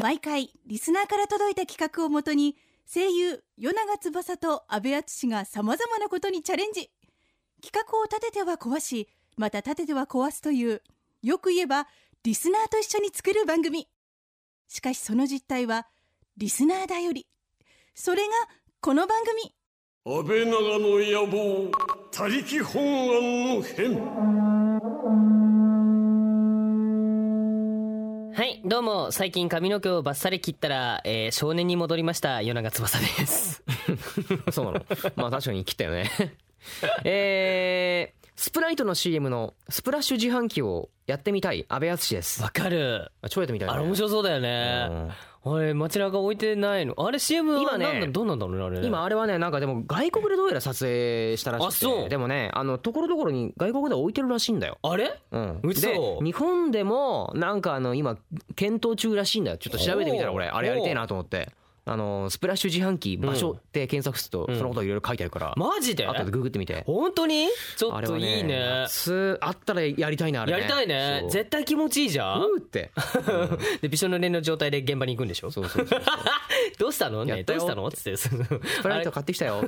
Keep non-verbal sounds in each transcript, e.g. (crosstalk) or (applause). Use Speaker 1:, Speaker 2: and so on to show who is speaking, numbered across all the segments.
Speaker 1: 毎回リスナーから届いた企画をもとに声優与永翼と阿部淳がさまざまなことにチャレンジ企画を立てては壊しまた立てては壊すというよく言えばリスナーと一緒に作る番組しかしその実態はリスナーだよりそれがこの番組
Speaker 2: 安倍長の野望他力本願の変
Speaker 3: はい、どうも、最近髪の毛をバッサリ切ったら、えー少年に戻りました、夜長翼です。
Speaker 4: (laughs) そうなの。まあ確かに切ったよね。 (laughs) えー、スプライトの CM のスプラッシュ自販機をやってみたい安部淳です。
Speaker 3: わかる。
Speaker 4: あ超やってみたい、ね。
Speaker 3: あれ面白そうだよ
Speaker 4: う
Speaker 3: ね。
Speaker 4: ん
Speaker 3: あれ、街中置いてないの。あれ CM は
Speaker 4: 今ね
Speaker 3: なんだどうなんだろうね、あれ。
Speaker 4: 今あれはねなんかでも外国でどうやら撮影したらしくて
Speaker 3: あそう
Speaker 4: でもねあのところどころに外国では置いてるらしいんだよ。
Speaker 3: あれ
Speaker 4: うん、
Speaker 3: 嘘
Speaker 4: で日本でもなんかあの今検討中らしいんだよちょっと調べてみたら
Speaker 3: おう
Speaker 4: 俺あれやりたいなと思ってあのスプラッシュ自販機場所って検索すると
Speaker 3: うん
Speaker 4: そのこといろいろ書いてあるから、
Speaker 3: マジで
Speaker 4: あとでググってみて
Speaker 3: 本当にちょ
Speaker 4: あ
Speaker 3: っ
Speaker 4: れ
Speaker 3: と
Speaker 4: はい
Speaker 3: いね。
Speaker 4: 夏あったらやりたいなあれ、
Speaker 3: や
Speaker 4: ね、
Speaker 3: りたいね
Speaker 4: そう。
Speaker 3: 絶対気持ちいいじゃん
Speaker 4: う。ーって、うん
Speaker 3: (laughs) で、びしょ濡れの状態で現場に行くんでしょ
Speaker 4: そうそうそう
Speaker 3: (laughs) どうしたの
Speaker 4: や
Speaker 3: ね
Speaker 4: った
Speaker 3: どう
Speaker 4: よ
Speaker 3: したのつって。 (laughs)
Speaker 4: スプライト買ってきたよ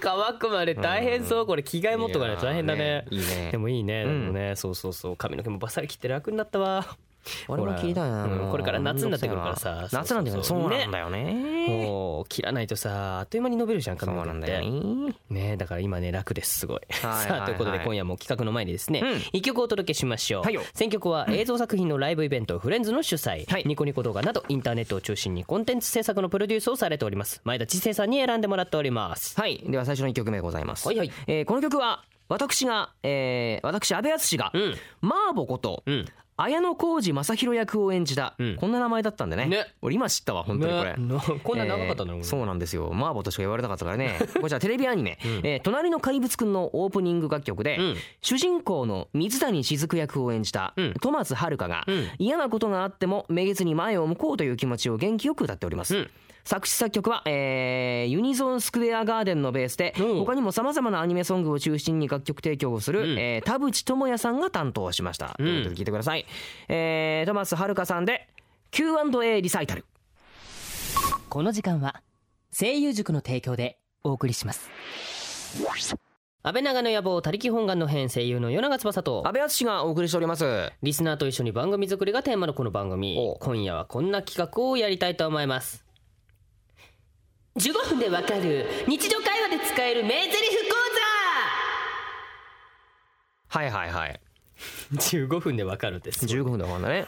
Speaker 3: 乾くまで大変そう。これ着替え持っとかないと大変だね。
Speaker 4: いやーいいね
Speaker 3: でもいいね、
Speaker 4: うん
Speaker 3: でもねそうそうそう髪の毛もバッサリ切って楽になったわ
Speaker 4: (laughs) 俺も切りたいな、
Speaker 3: ほらうんこれから夏になってくるからさ
Speaker 4: 夏なんだよね
Speaker 3: そ
Speaker 4: そう
Speaker 3: そう
Speaker 4: う
Speaker 3: そう
Speaker 4: なんだよね
Speaker 3: もう切らないとさあっという間に伸びるじゃん
Speaker 4: そ
Speaker 3: 髪
Speaker 4: う
Speaker 3: の毛
Speaker 4: なん
Speaker 3: っ
Speaker 4: だよ
Speaker 3: て
Speaker 4: ね
Speaker 3: ねだから今ね楽ですすごい
Speaker 4: はいはい
Speaker 3: さあということで
Speaker 4: はい
Speaker 3: 今夜も企画の前にですね
Speaker 4: うん
Speaker 3: 一曲お届けしましょう
Speaker 4: はいよ
Speaker 3: 選曲は映像作品のライブイベントフレンズの主催
Speaker 4: はい
Speaker 3: ニコニコ動画などインターネットを中心にコンテンツ制作のプロデュースをされております前田知世さんに選んでもらっております
Speaker 4: はいでは最初の一曲目でございます
Speaker 3: はいはい
Speaker 4: えーこの曲は私が、えー、私阿部淳が、
Speaker 3: うん
Speaker 4: マーボこと、
Speaker 3: うん
Speaker 4: 綾小路正弘役を演じた、
Speaker 3: うん
Speaker 4: こんな名前だったんでね
Speaker 3: ね
Speaker 4: 俺今知ったわ本当にこ
Speaker 3: ね
Speaker 4: れ、
Speaker 3: なこんな長かったんだろうね
Speaker 4: えーそうなんですよマーボとしか言われなかったから
Speaker 3: (laughs)
Speaker 4: ねこちらテレビアニメ「えー隣の怪物くん」のオープニング楽曲で、
Speaker 3: うん
Speaker 4: 主人公の水谷雫役を演じた、
Speaker 3: うん
Speaker 4: 戸松遥が、
Speaker 3: うん
Speaker 4: 嫌なことがあってもめげずに前を向こうという気持ちを元気よく歌っております、
Speaker 3: うん
Speaker 4: 作詞作曲は、えーユニゾンスクエアガーデンのベースで
Speaker 3: うん
Speaker 4: 他にもさまざまなアニメソングを中心に楽曲提供をする、
Speaker 3: うん
Speaker 4: えー田淵智也さんが担当しました、
Speaker 3: うん
Speaker 4: ということで聞いてください、えー、戸松遥さんで Q&A リサイタル
Speaker 3: この時間は声優塾の提供でお送りします安倍長の野望他力本願の編声優の与永翼と
Speaker 4: 安倍淳がお送りしております
Speaker 3: リスナーと一緒に番組作りがテーマのこの番組
Speaker 4: おう
Speaker 3: 今夜はこんな企画をやりたいと思います15分でわかる日常会話で使える名台詞講
Speaker 4: はいはいはい
Speaker 3: 座15分でわかるです
Speaker 4: 15分で終わんだ (laughs) ね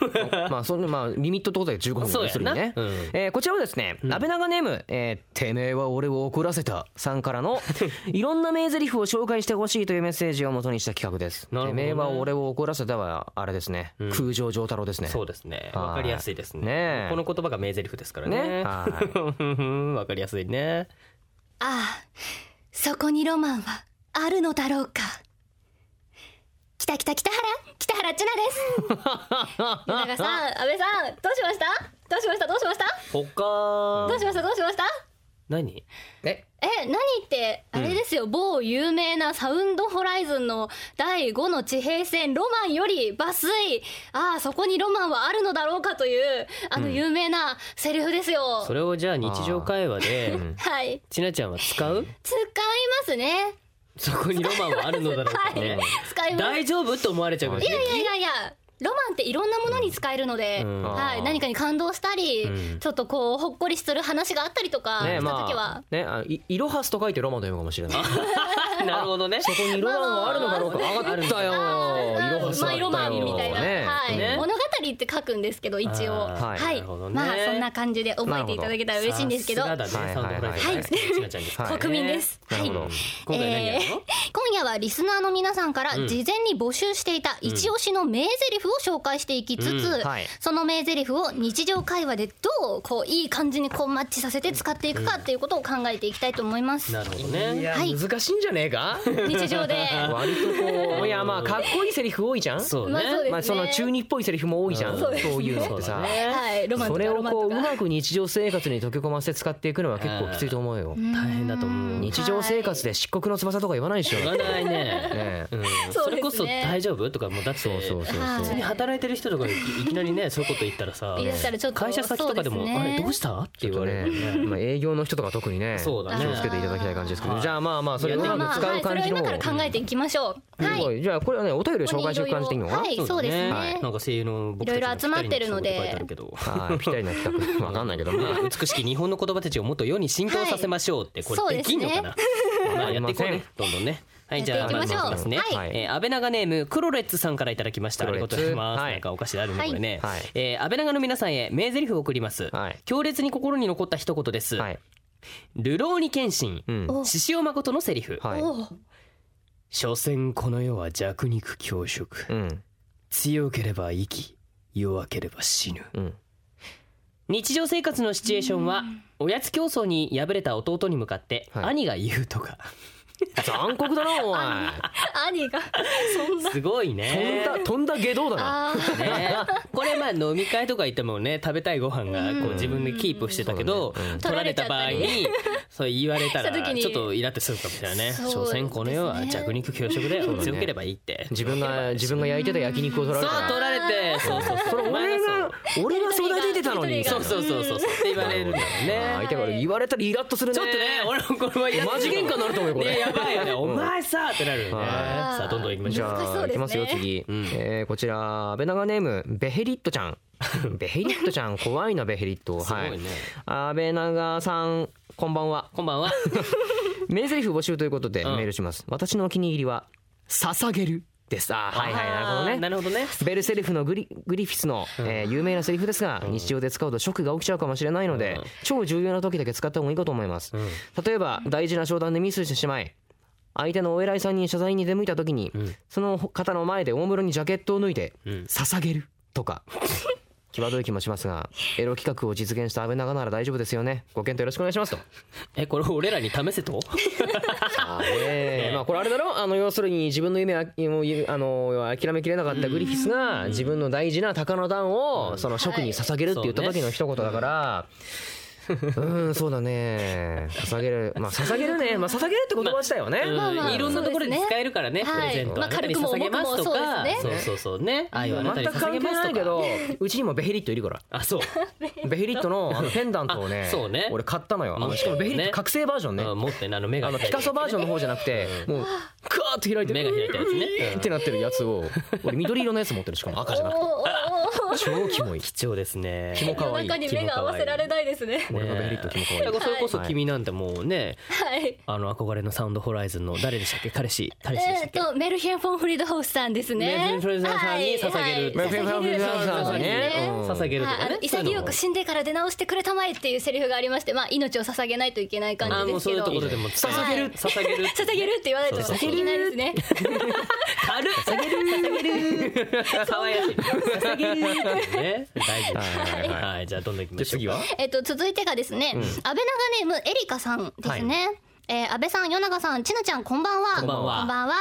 Speaker 4: まあそんなまあリミットってことで15分
Speaker 3: そう
Speaker 4: 要
Speaker 3: や
Speaker 4: する
Speaker 3: な、
Speaker 4: にね、
Speaker 3: うん
Speaker 4: えーこちらはですね、安倍長ネーム、えーてめえは俺を怒らせたさんから (laughs) のいろんな名台詞を紹介してほしいというメッセージを元にした企画です。
Speaker 3: なるほど
Speaker 4: て
Speaker 3: ね
Speaker 4: めえは俺を怒らせたはあれですね、
Speaker 3: ん
Speaker 4: 空城城太郎ですね。
Speaker 3: そうですね
Speaker 4: はい
Speaker 3: わかりやすいですね
Speaker 4: ねえ
Speaker 3: この言葉が名台詞ですからね
Speaker 4: ね
Speaker 3: (laughs)
Speaker 4: は
Speaker 3: わかりやすいね
Speaker 5: ああ、そこにロマンはあるのだろうか。北北北原、北原千
Speaker 3: (laughs)
Speaker 5: 奈です。長さん、安倍さん、どうしました？どうしました？どうしました？
Speaker 3: 他
Speaker 5: どうしました？どうしました？
Speaker 3: 何
Speaker 4: え、
Speaker 5: え、何ってあれですよ、某有名なサウンドホライズンの第5の地平線ロマンより抜粋。ああ、そこにロマンはあるのだろうかというあの有名なセリフですよ。
Speaker 3: それをじゃあ日常会話で
Speaker 5: はい、
Speaker 3: ちなちゃんは使う (laughs)
Speaker 5: 使いますね。
Speaker 3: そこにロマンはあるのだろうかね
Speaker 5: 使います。
Speaker 3: 大丈夫と思われちゃうかもし
Speaker 5: い
Speaker 3: れ
Speaker 5: や
Speaker 3: ない
Speaker 5: いやいやいやロマンっていろんなものに使えるので、
Speaker 3: うん
Speaker 5: はい、何かに感動したり、
Speaker 3: うん
Speaker 5: ちょっとこうほっこりする話があったりとか
Speaker 4: ね
Speaker 5: した時は、
Speaker 4: まあ、ね、あい、いろはすと書いてロマンと読むかもし
Speaker 5: (laughs)
Speaker 4: れない。
Speaker 3: (laughs) なるほどねそこに
Speaker 4: ロマンはあるのだろうか、上がったよ。
Speaker 5: あーまあロマンみたいな、
Speaker 4: ね
Speaker 5: はい
Speaker 3: ね
Speaker 5: 物語って書くんですけど一応
Speaker 3: あ
Speaker 4: ー
Speaker 5: は、
Speaker 4: はい
Speaker 3: ないるほどね
Speaker 5: まあそんな感じで覚えていただけたら嬉しいんですけど
Speaker 3: さすがだね
Speaker 4: はい
Speaker 3: サウンドプライズ大好きなちなちゃんですからね
Speaker 5: 国民です、
Speaker 4: な
Speaker 5: は
Speaker 4: る
Speaker 5: い
Speaker 4: ほど。
Speaker 3: 今回何やるの
Speaker 5: 今夜はリスナーの皆さんから事
Speaker 3: ん
Speaker 5: 前に募集していた一押しの名台詞を紹介していきつつ、
Speaker 3: うん
Speaker 4: はい
Speaker 5: その名台詞を日常会話でどうこういい感じにこうマッチさせて使っていくかっていうことを考えていきたいと思います。
Speaker 3: なるほどね
Speaker 5: はい
Speaker 4: 難しいんじゃねえか。
Speaker 5: 日常で
Speaker 4: 割とこう、いや、まあ、かっこいいセリフ多いじゃん。
Speaker 3: そう
Speaker 5: まあそ
Speaker 3: ね
Speaker 5: うですね
Speaker 4: まあ、その中二っぽいセリフも多いいじゃん、
Speaker 5: ん
Speaker 4: そ
Speaker 5: そううですね
Speaker 4: いうのってさ、
Speaker 5: はいロマン
Speaker 4: そ
Speaker 5: とか
Speaker 4: れ
Speaker 5: ロ
Speaker 4: を
Speaker 5: マン
Speaker 4: ことうう
Speaker 5: か
Speaker 4: まく日常生活に溶け込ませて使っていくのは結構きついと思うよ
Speaker 5: う。ん
Speaker 6: 大変だと思う
Speaker 4: 日常生活で漆黒の翼とか言わないでしょ。
Speaker 6: 言わないね
Speaker 4: ね
Speaker 6: うん
Speaker 5: (laughs) そうですね
Speaker 3: それこそ大丈夫とかもうだって
Speaker 4: そうそうそう
Speaker 5: は
Speaker 4: そ
Speaker 5: い
Speaker 3: 普通
Speaker 4: う
Speaker 3: に。働いてる人とかいきいきなり
Speaker 5: (laughs)
Speaker 3: ねそういうこと言ったらさ
Speaker 5: 言い出したらちょっと
Speaker 3: 会社先とかでも
Speaker 5: そうすね
Speaker 3: あれどうしたって
Speaker 4: ちょ
Speaker 3: 言
Speaker 4: っと
Speaker 3: われ
Speaker 4: ね
Speaker 3: るもん、ね
Speaker 4: まあ営業の人とか特にね、気
Speaker 3: そう
Speaker 4: を
Speaker 3: だね
Speaker 4: つけていただきたい感じですけど、
Speaker 3: はい
Speaker 4: じゃあまあまあそれをう
Speaker 5: まあ
Speaker 4: ま
Speaker 5: ま
Speaker 4: く
Speaker 5: あ、
Speaker 4: 使
Speaker 5: は
Speaker 4: う
Speaker 5: い、そ
Speaker 4: 感
Speaker 5: れは
Speaker 4: じの
Speaker 5: 今
Speaker 4: 方
Speaker 5: から考えていきましょうはい
Speaker 4: じゃあこれはねお便りを
Speaker 5: ここ
Speaker 4: 紹介
Speaker 5: に
Speaker 4: していく感じでいいのかな
Speaker 5: は。いそうですね
Speaker 3: なんか声優の僕たち
Speaker 5: いろいろ集まってるので
Speaker 3: 二人にそういうこと書いてあるけど
Speaker 4: はい、ぴったりな企画、わか (laughs) んないけど、まあ、
Speaker 3: 美しき日本の言葉たちをもっと世に浸透させましょうって、
Speaker 5: はい
Speaker 3: これできんのかな、
Speaker 4: (laughs)
Speaker 3: まあやっていこう
Speaker 4: やり
Speaker 3: ね
Speaker 4: ま
Speaker 3: どんどんねはいじ
Speaker 5: や
Speaker 3: ゃ
Speaker 5: っ
Speaker 3: あ
Speaker 5: ていきましょう
Speaker 3: ずですね、
Speaker 4: はい
Speaker 3: えー安倍長ネームクロレッツさんからいただきましたあ
Speaker 4: クロ
Speaker 3: り
Speaker 4: レッ
Speaker 3: が
Speaker 4: ツ
Speaker 3: とうございます、
Speaker 4: はい
Speaker 3: なんかおかしいあるね、
Speaker 5: はい
Speaker 3: これね、
Speaker 4: はい
Speaker 3: えー安倍長の皆さんへ名台詞を送ります、
Speaker 4: はい
Speaker 3: 強烈に心に残った一言です、
Speaker 4: はい、
Speaker 3: 流浪に謙信
Speaker 4: うん、
Speaker 5: お
Speaker 3: 獅子王誠のセリフ、
Speaker 4: はい、
Speaker 5: おう
Speaker 3: 所詮この世は弱肉強食
Speaker 4: うん、
Speaker 3: 強ければ生き弱ければ死ぬ
Speaker 4: うん、
Speaker 3: 日常生活のシチュエーションはおやつ競争に敗れた弟に向かって
Speaker 4: はい
Speaker 3: 兄が言うとか、
Speaker 4: 残酷だな、お前。
Speaker 5: 兄がそんな
Speaker 3: すごいね
Speaker 4: 飛んだ、飛んだ下道だな。
Speaker 5: あー
Speaker 3: ね、これまあ飲み会とか行ってもね食べたいご飯がこう自分でキープしてたけど、
Speaker 4: うんうん
Speaker 3: 取られた場合にそう言われたら
Speaker 5: した時に
Speaker 3: ちょっとイラってするかもしれないね
Speaker 5: そう
Speaker 3: 所詮この世は弱肉強食だよ、
Speaker 4: ね
Speaker 3: 強ければいいって
Speaker 4: 自分が、自分が焼いてた焼肉を取ら
Speaker 3: そう
Speaker 4: れた
Speaker 3: 取
Speaker 4: ら。
Speaker 3: られてそうそうそう
Speaker 4: それ、
Speaker 3: お前
Speaker 4: 俺が、俺が育ててたのに。
Speaker 5: 取
Speaker 3: そうそうそうそうそうって言われるんだよ
Speaker 4: あー
Speaker 3: ね
Speaker 4: 相手から言われたらイラッとするね。
Speaker 3: ちょっとね俺もこれはや
Speaker 4: マジ喧嘩になると思うよこれ
Speaker 3: ねやばいよねお前さってなるよね
Speaker 4: はい
Speaker 3: さあどんどん行きまし
Speaker 4: じ
Speaker 3: ょう
Speaker 5: 難し
Speaker 4: ゃ
Speaker 5: そ
Speaker 4: あ、
Speaker 5: う
Speaker 4: い
Speaker 5: ですね
Speaker 4: きますよ、次。
Speaker 3: ん
Speaker 4: えーこちら、安倍長ネーム、ベヘリットちゃん。ベヘリットちゃん、怖いな、ベヘリット。
Speaker 3: すご
Speaker 4: はい
Speaker 3: ね
Speaker 4: い。安倍長さん、こんばんは。
Speaker 3: こんばんは
Speaker 4: 名台詞募集ということで
Speaker 3: うん
Speaker 4: メールします、私のお気に入りは「捧げる」ですあーはいはいなるほど
Speaker 3: あー
Speaker 4: ね
Speaker 3: なるほどね
Speaker 4: ベルセリフのグリグリフィスの、えー有名なセリフですが、日常で使うとショックが起きちゃうかもしれないので、超重要な時だけ使った方がいいかと思います、例えば大事な商談でミスしてしまい相手のお偉いさんに謝罪に出向いた時に、その方の前で大室にジャケットを脱いで「捧げる」と (laughs) か際どい気もしますがエロ企画を実現した安倍長なら大丈夫ですよねご検討よろしくお願いしますと
Speaker 3: えこれ俺らに試せと
Speaker 4: あれまあこれあれだろあの要するに自分の夢あもうゆあの諦めきれなかったグリフィスが自分の大事な鷹の段をその職に捧げるって言った時の一言だから。うん、そうだね。捧げる、まあ捧げるね、まあ捧げるって言葉自体はね。
Speaker 5: まあまあ
Speaker 3: いろんなところで使えるからね、
Speaker 5: そうですね
Speaker 3: プレゼント
Speaker 5: はいまあ軽くも重くも
Speaker 3: 捧げますとか
Speaker 5: そう
Speaker 3: そうそうそうね、愛をあなたに
Speaker 4: 全
Speaker 3: 捧
Speaker 4: く
Speaker 3: げ
Speaker 4: 関係
Speaker 3: ます
Speaker 4: な
Speaker 3: と
Speaker 4: いけ
Speaker 3: か。
Speaker 4: ど、うちにもベヘリットいるから。
Speaker 3: あ、そう。
Speaker 4: ベヘリットのあのペンダントを
Speaker 3: あ
Speaker 4: ね
Speaker 3: そうね、
Speaker 4: 俺買ったのよ。あ
Speaker 3: 持ってるね
Speaker 4: のしかもベヘリット覚醒バージョンね。
Speaker 3: うん持ってねあの目が
Speaker 4: あのピカソバージョンの方じゃなくて、もうカーッと開いて
Speaker 3: 目が開いたやつね
Speaker 4: (laughs) うんってなってるやつを俺緑色のやつ持ってるしかも赤じゃなくて
Speaker 5: おうおう
Speaker 4: 超キモい
Speaker 3: 貴重ですね。
Speaker 4: キモかわ
Speaker 5: 夜
Speaker 4: いい
Speaker 5: 中に目が合わせられないですね
Speaker 4: 俺のベヘリットキモかわいい
Speaker 3: だからそれこそ君なんてもうね、
Speaker 5: はい
Speaker 3: あの憧れのサウンドホライズンの誰でしたっけ彼氏彼氏でした
Speaker 5: えっ
Speaker 3: っけ、
Speaker 5: とメルヒェンフォンフリードホースさんですね
Speaker 3: メルヒェンフォンフリードホースさんに捧げる
Speaker 5: はい
Speaker 4: メルヒェンフォンフリードホースさんですね
Speaker 5: そうです
Speaker 4: うん
Speaker 3: 捧げると
Speaker 5: は
Speaker 3: か
Speaker 5: いあ
Speaker 3: ね
Speaker 5: の。潔く死んでから出直してくれたまえっていうセリフがありまして、まあ、命を捧げないといけない感
Speaker 3: あ
Speaker 5: じ
Speaker 3: も
Speaker 5: で
Speaker 3: う
Speaker 5: す
Speaker 3: そう
Speaker 5: け
Speaker 3: いう
Speaker 5: ど
Speaker 3: ところでも捧げる捧げる
Speaker 5: 捧げるって言わないと
Speaker 3: そう
Speaker 5: 捧げないですね
Speaker 3: 軽っ捧げる捧げる可愛らしい捧げるね大事
Speaker 4: はいはいはい
Speaker 3: はいじゃあどんどん行きましょう
Speaker 4: じゃあ次は
Speaker 5: えっと続いてがですね、安倍長ネームエリカさんですね、えー安倍さん、与永さん、ちなちゃん、こんばんは。
Speaker 3: こんばんは
Speaker 5: こんばんは。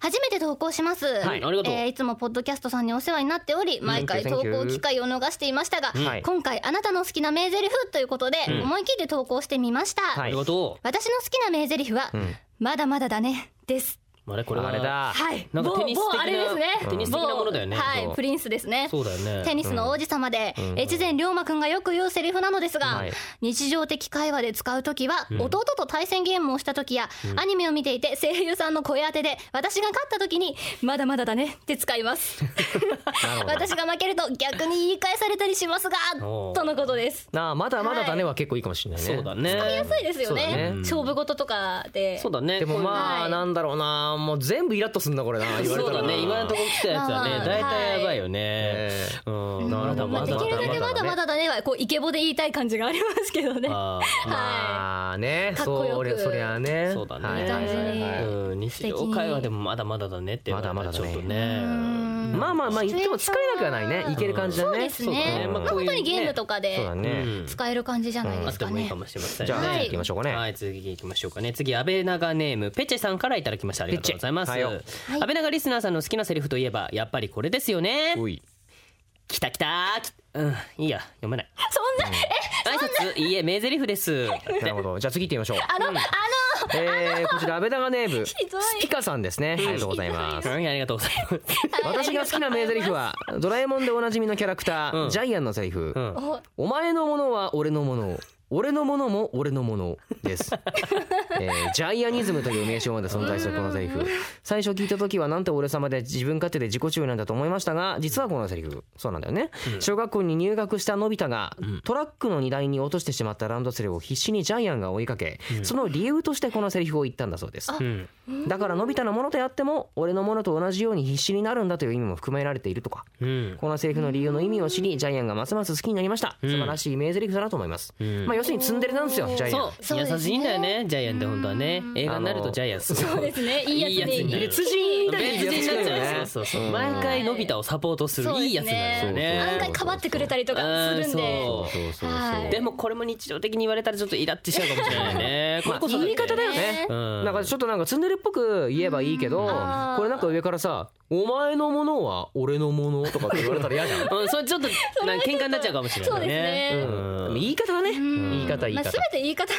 Speaker 5: 初めて投稿します。はい
Speaker 3: ありがとう
Speaker 5: えーいつもポッドキャストさんにお世話になっており、毎回
Speaker 4: Thank you,
Speaker 5: 投
Speaker 4: thank you.
Speaker 5: 稿機会を逃していましたが、
Speaker 4: はい
Speaker 5: 今回あなたの好きな名台詞ということで、思い切って投稿してみました。
Speaker 4: は
Speaker 3: ありがと
Speaker 5: 私の好きな名台詞は、まだまだだねです。
Speaker 3: うあれこ
Speaker 4: こ
Speaker 3: れ
Speaker 4: れ
Speaker 3: は
Speaker 4: あれだ
Speaker 5: はい。
Speaker 3: なんかテニス的な
Speaker 5: 某某あれですね。
Speaker 3: テニス的なものだよね
Speaker 5: 某
Speaker 3: そう
Speaker 5: はい、プリンスですね。
Speaker 3: そうだよね
Speaker 5: テニスの王子様で、越前龍馬くんがよく言うセリフなのですが、
Speaker 4: はい
Speaker 5: 日常的会話で使うときは、弟と対戦ゲームをしたときや、アニメを見ていて声優さんの声当てで、私が勝ったときに、まだまだだねって使います。私が負けると逆に言い返されたりしますが
Speaker 3: お、ー
Speaker 5: とのことです。
Speaker 4: なあまだまだだねは結構いいかもしれないね
Speaker 3: そうだね
Speaker 5: 安いですよ
Speaker 4: そうだね
Speaker 5: ね。勝負事とかで。
Speaker 3: そうだね
Speaker 4: でもま
Speaker 5: は
Speaker 4: あ
Speaker 5: い
Speaker 4: なんだろうなもう全部イラッとすんなこれな言われ
Speaker 3: そ
Speaker 4: た
Speaker 3: う
Speaker 4: ら
Speaker 3: だ
Speaker 4: な
Speaker 3: ね今のところ来たやつはね
Speaker 5: まあ
Speaker 3: 大体やばいよね
Speaker 4: え
Speaker 3: うん
Speaker 4: なるほど
Speaker 5: まあ、できるだけ
Speaker 4: まだまだ
Speaker 5: まだまだだねはこうイケボで言いたい感じがありますけどね。
Speaker 3: あ
Speaker 4: (laughs)
Speaker 5: はい。
Speaker 4: ーまあね
Speaker 5: かっこ
Speaker 4: そ
Speaker 5: よ
Speaker 4: う
Speaker 5: く
Speaker 4: 俺そりゃあね
Speaker 3: ーそうだね、
Speaker 4: はい
Speaker 5: 感じに
Speaker 4: はいはい
Speaker 3: うん日常会話でもまだまだだねっていうのは
Speaker 4: まだまだ
Speaker 3: ち
Speaker 4: だ
Speaker 3: ょ
Speaker 4: ね
Speaker 3: っとね
Speaker 4: まあまあまあ言っても使えなくはないねいける感じだね
Speaker 5: そうですね。
Speaker 4: そうだ
Speaker 5: ま
Speaker 4: ね
Speaker 5: あ、本当にゲームとか
Speaker 4: そう
Speaker 5: で
Speaker 4: だね
Speaker 3: うん
Speaker 5: 使える感じじゃない
Speaker 3: あ
Speaker 5: で
Speaker 3: っ
Speaker 5: す
Speaker 3: て
Speaker 5: か
Speaker 3: もいい
Speaker 5: ね
Speaker 3: か。もしれませんね
Speaker 4: じゃあ
Speaker 5: はい
Speaker 4: 次行きましょうかね
Speaker 3: はい、次行きましょうかね。次、安倍長ネーム、ペチェさんからいただきました。ありがとうございます。
Speaker 4: ペチェはいよ
Speaker 3: 安
Speaker 5: (laughs)
Speaker 3: 倍長リスナーさんの好きなセリフといえば、やっぱりこれですよね。
Speaker 4: おい
Speaker 3: きたきたきうんいいや読めない
Speaker 5: そんな、え
Speaker 3: 挨拶いいえ名台詞です
Speaker 4: なるほどじゃあ次行ってみましょう
Speaker 5: あの、あの
Speaker 4: えーこちら安倍長ネームス
Speaker 5: どい
Speaker 4: ピカさんですねありがとうございます
Speaker 3: うんありがとうございます
Speaker 4: 私が好きな名台詞は「ドラえもん」でおなじみのキャラクター、
Speaker 3: うん
Speaker 4: ジャイアンの台詞、
Speaker 3: ん
Speaker 5: お
Speaker 4: お前のものは俺のもの俺のものも俺のものです、えージャイアニズムという名称まで存在するこの台詞最初聞いた時はなんて俺様で自分勝手で自己中なんだと思いましたが実はこの台詞そうなんだよね、小学校に入学したのび太がトラックの荷台に落としてしまったランドセルを必死にジャイアンが追いかけ、その理由としてこの台詞を言ったんだそうです
Speaker 3: うん
Speaker 4: だからのび太のものとやっても俺のものと同じように必死になるんだという意味も含められているとか
Speaker 3: うん
Speaker 4: このセリフの理由の意味を知りジャイアンがますます好きになりました素晴らしい名台詞だなと思います、
Speaker 3: ん
Speaker 4: まあ要するにツンデレなんですよジャイア
Speaker 3: そ
Speaker 4: ン
Speaker 3: う
Speaker 5: そうですね
Speaker 3: 優しいんだよねジャイアンって本当はね映画になるとジャイアンす
Speaker 5: そうですね、いいやつ
Speaker 3: いいやつ
Speaker 5: で
Speaker 3: になる
Speaker 5: 別
Speaker 3: 別
Speaker 5: 人みたい
Speaker 3: 別
Speaker 5: な
Speaker 3: 人になっちゃう
Speaker 4: ね
Speaker 3: そうそうそう毎回のび太をサポートする
Speaker 5: そうですね
Speaker 3: いいやつなんですよ
Speaker 5: 案
Speaker 3: ね
Speaker 5: 外かばってくれたりとかするんで
Speaker 3: うんそう
Speaker 4: そうそうそう、
Speaker 5: はい
Speaker 3: でもこれも日常的に言われたらちょっとイラってしちゃうかもしれないね (laughs) これこそ
Speaker 4: 言い方だよね
Speaker 5: ね、
Speaker 3: うん
Speaker 4: なんかちょっとなんかツンデレっぽく言えばいいけど、
Speaker 5: あー
Speaker 4: これなんか上からさ「お前のものは俺のもの」とかって言われたら嫌じゃん
Speaker 3: うんそれちょっとなんか喧嘩になっちゃうかもしれ
Speaker 5: そ
Speaker 3: な
Speaker 5: う
Speaker 3: い
Speaker 5: です
Speaker 3: ね
Speaker 5: ね、
Speaker 4: うん言い方だね言い方言い
Speaker 5: まあ、
Speaker 4: 方
Speaker 5: 全て言い方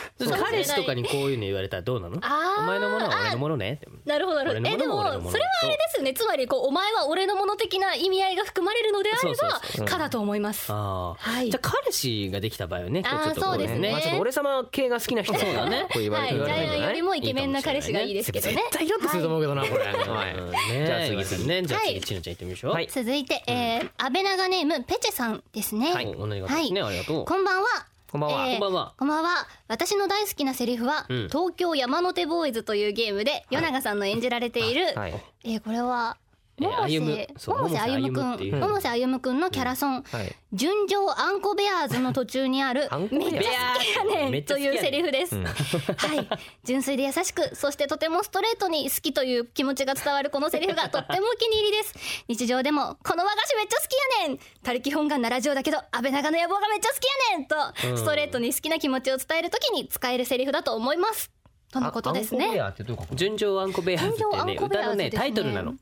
Speaker 3: 彼氏とかにこういうの言われたらどうなの
Speaker 5: あー
Speaker 3: お前のものは俺のものね
Speaker 5: なるほどなるほどえ
Speaker 3: 俺
Speaker 5: で
Speaker 3: のも
Speaker 5: も
Speaker 3: の俺のもの
Speaker 5: それはあれですねつまりこうお前は俺のもの的な意味合いが含まれるのであれば
Speaker 3: そうそうそう
Speaker 4: うん
Speaker 5: かだと思います
Speaker 3: ああ
Speaker 5: はい
Speaker 3: じゃあ彼氏ができた場合はねこ
Speaker 5: あー
Speaker 3: ちょっとこ
Speaker 5: そうですね
Speaker 4: まあちょっと俺様系が好きな人
Speaker 3: そうだね
Speaker 4: こう言わ
Speaker 5: は
Speaker 4: れ
Speaker 5: い、
Speaker 4: て
Speaker 5: ジャ
Speaker 4: 言われてんじ
Speaker 5: イア
Speaker 4: ゃ
Speaker 5: ン
Speaker 4: な
Speaker 5: よ
Speaker 4: い
Speaker 5: りもイケメンな彼氏がいいですけどね
Speaker 4: 絶対イラッとすると思うけどなこれ、はい
Speaker 3: うんね
Speaker 4: じゃあ次
Speaker 3: 次ねじゃあ次ちのちゃん行ってみましょう
Speaker 4: はい
Speaker 5: 続いて、えー、安倍長ネームペチェさんですね、
Speaker 3: はいお願いしますねありがとう
Speaker 5: こんばんは
Speaker 4: こんばんは
Speaker 5: えー
Speaker 3: こんばんは
Speaker 5: こんばんは私の大好きなセリフは、
Speaker 3: うん
Speaker 5: 東京山手ボーイズというゲームで与永さんの演じられている、
Speaker 4: はい
Speaker 5: えーこれは
Speaker 3: えー
Speaker 5: 百瀬
Speaker 3: 歩むそう
Speaker 5: 百瀬歩
Speaker 3: 百瀬
Speaker 5: む
Speaker 3: 歩むって
Speaker 5: く
Speaker 3: いうん
Speaker 5: 百瀬歩むくんのキャラソン
Speaker 4: はい
Speaker 5: 「純情あんこベアーズ」の途中にある
Speaker 4: あんこ
Speaker 5: めっ
Speaker 4: ベアーズ
Speaker 5: ちゃ好きやね
Speaker 3: (laughs) め
Speaker 5: ん
Speaker 3: っちゃ
Speaker 5: と
Speaker 3: 好きや
Speaker 5: い
Speaker 3: ねん
Speaker 5: うセリフです、 (laughs) はい純粋で優しくそしてとてもストレートに好きという気持ちが伝わるこのセリフがとってもお気に入り
Speaker 3: (laughs)
Speaker 5: です日常でも「この和菓子めっちゃ好きやねん」「他力本願なラジオだけど安倍長の野望がめっちゃ好きやねん」とストレートに好きな気持ちを伝えるときに使えるセリフだと思いますとのことですね
Speaker 3: 純情あんこベアーズってね
Speaker 5: 純情あんこベ
Speaker 3: 歌
Speaker 5: アーズ
Speaker 3: のね
Speaker 5: ですね
Speaker 3: タイトルなの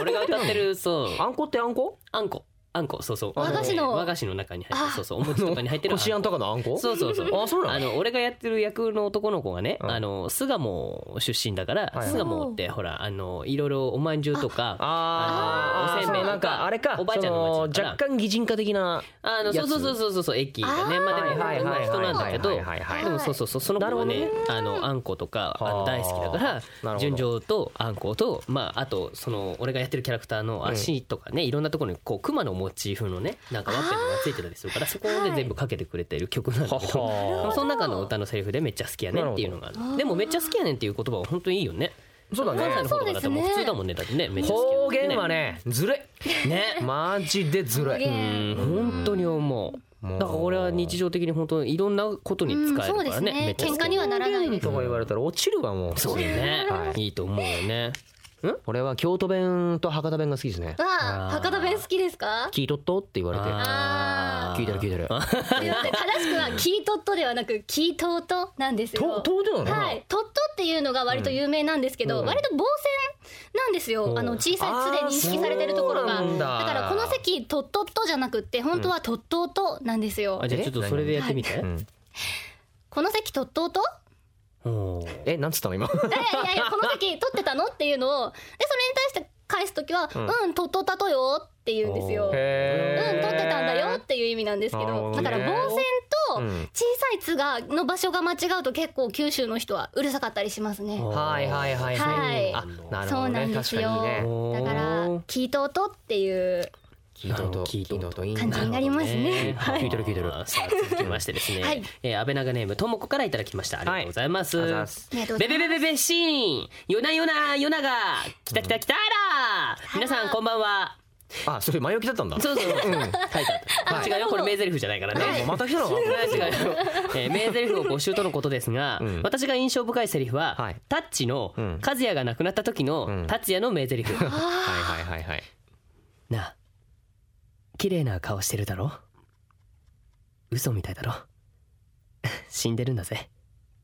Speaker 3: 俺が歌ってるそう
Speaker 4: あんこってあんこ
Speaker 3: あんこあんこそうそう
Speaker 5: 和菓子の
Speaker 3: 和菓子の中に入って
Speaker 5: あ
Speaker 3: そうそうお餅とかに入ってる
Speaker 4: こしあんとかのあんこ
Speaker 3: そうそうそう。
Speaker 4: あそうなの
Speaker 3: あの俺がやってる役の男の子がね、
Speaker 4: うん
Speaker 3: あの巣鴨出身だから、
Speaker 4: はい
Speaker 3: 巣鴨ってほらあのいろいろお饅頭とか、
Speaker 4: あー
Speaker 3: あのおせんべいとか
Speaker 4: なんかあれか
Speaker 3: おばあちゃん
Speaker 4: そ
Speaker 3: の町だから
Speaker 4: 若干擬人化的な
Speaker 3: あの
Speaker 4: や
Speaker 3: そ
Speaker 4: つ
Speaker 3: うそうそうそうそうそう駅がね、
Speaker 5: あー
Speaker 3: まあでも
Speaker 4: はい
Speaker 3: 女
Speaker 4: はいはいはい
Speaker 3: の人なんだけど
Speaker 4: はいはいはい、
Speaker 3: でもそうそうそうその子は
Speaker 4: な
Speaker 3: ね
Speaker 4: る、
Speaker 3: あのあんことかあ
Speaker 4: はあ
Speaker 3: の大好きだか
Speaker 4: なるほど
Speaker 3: ら、純情とあんことまああとその俺がやってるキャラクターの足とかね、いろんなところにこう熊のモチーフのねなんかワッペンがついてたりするから、そこで全部かけてくれてる曲なんだけど。
Speaker 4: は
Speaker 3: その中の歌のセリフでめっちゃ好きやねんっていうのがあるでもめっちゃ好きやねんっていう言葉は本当にいいよね
Speaker 4: あそうだ
Speaker 3: 関西
Speaker 4: ね
Speaker 3: の方とかだってもう普通だもんねだってねめっちゃ好きや
Speaker 4: 方
Speaker 3: ねん
Speaker 4: 言はねずる
Speaker 3: ね
Speaker 4: いマジでずるい
Speaker 3: うん本当に思う
Speaker 4: もう
Speaker 3: だから俺は日常的に本当にいろんなことに使える
Speaker 5: そう
Speaker 3: か
Speaker 5: で
Speaker 3: ら
Speaker 5: す
Speaker 3: ねめ
Speaker 5: ね
Speaker 3: っちゃ
Speaker 5: 喧
Speaker 3: 好き
Speaker 5: 嘩にはならないです
Speaker 4: とか言われたら落ちるわもう
Speaker 3: そうだね
Speaker 4: はい
Speaker 3: いいと思うよね
Speaker 4: 俺は京都弁と博多弁が好きですね
Speaker 5: わあ博多弁好きです
Speaker 3: (laughs)
Speaker 5: か
Speaker 4: 聞いとっとって言われて
Speaker 5: あ
Speaker 4: 聞いてる聞いてる
Speaker 5: すいません正しくはキートットではなくキートートなんですよ
Speaker 4: ととうでなの
Speaker 5: はいトットっていうのが割と有名なんですけど、割と防線なんですよあの小さい「つ」で認識されてるところ
Speaker 4: あー
Speaker 5: が
Speaker 4: そうなんだ
Speaker 5: だからこの席トットットじゃなくって本当はトットートなんですよ、
Speaker 3: あじゃあちょっとそれでやってみて
Speaker 4: ん
Speaker 5: この席トット
Speaker 4: (laughs)
Speaker 5: ート
Speaker 3: おー
Speaker 4: えなんつったの今
Speaker 5: いやいやいやこの席取ってたのっていうのをでそれに対して返す時は「うん、取っとったとよ」って言うんですよ。うん取
Speaker 4: へー
Speaker 5: ってたんだよっていう意味なんですけ
Speaker 4: なるほどね
Speaker 5: どだから防線と
Speaker 4: うん
Speaker 5: 小さい「つ」がの場所が間違うと結構九州の人はうるさかったりしますね。
Speaker 4: はいはいはい
Speaker 5: はい
Speaker 4: あなる
Speaker 5: そ
Speaker 4: ほ
Speaker 5: う
Speaker 4: ど
Speaker 5: なん
Speaker 4: ね
Speaker 5: です
Speaker 4: 確か
Speaker 5: よ
Speaker 4: にね
Speaker 5: だから「聞いとうと」っていう
Speaker 4: 聞いとっと聞いとっといい
Speaker 5: 感じになりますね。はい
Speaker 4: 聞いてる聞いてる
Speaker 3: あーさあ続きましてですね、
Speaker 5: はい
Speaker 3: えー安倍長ネームともこからいただきましたありがとうございます、
Speaker 4: はいありがとうございます
Speaker 5: ありがとうござ
Speaker 3: ベ
Speaker 5: い
Speaker 3: ベ
Speaker 5: ます
Speaker 3: ベベベシーンよなよなよながきたきたきたら、皆さんこんばんは
Speaker 4: あそれ前置きだったんだ
Speaker 3: そうそうそう、書いてあった、
Speaker 4: はい
Speaker 3: 違うよこれ名台詞じゃないからね、
Speaker 4: もうまた来たのか
Speaker 3: (laughs)
Speaker 4: な
Speaker 3: 違うよ、えー、名台詞を募集とのことですが、
Speaker 4: ん
Speaker 3: 私が印象深いセリフは、
Speaker 4: はい
Speaker 3: タッチの、
Speaker 4: ん
Speaker 3: 和也が亡くなった時の、
Speaker 4: ん
Speaker 3: 達也の名
Speaker 4: (laughs)
Speaker 3: 台詞
Speaker 4: はいはいはいはい
Speaker 3: なあ綺麗な顔してるだろ (laughs) 嘘みたいだろ死んでるんだぜ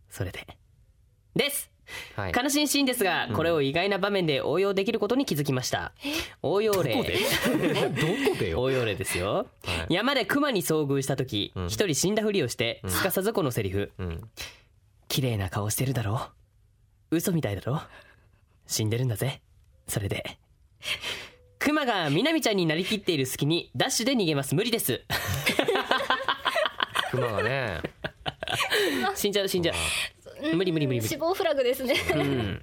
Speaker 3: それでです
Speaker 4: はい
Speaker 3: 悲しいシーンですが、これを意外な場面で応用できることに気づきました応用例
Speaker 7: どこでよ
Speaker 3: 応用例ですよ、
Speaker 4: はい
Speaker 3: 山で熊に遭遇した時一、
Speaker 4: ん
Speaker 3: 人死んだふりをして、すかさずこのセリフ
Speaker 4: うん
Speaker 3: 「綺麗な顔してるだろ嘘みたいだろ死んでるんだぜそれで」熊が南ちゃんになりきっている隙にダッシュで逃げます無理です
Speaker 4: 熊がね
Speaker 3: 死んじゃう死んじゃう無理無理無理無
Speaker 5: 死
Speaker 3: 理、
Speaker 5: 亡フラグですね。
Speaker 3: うん、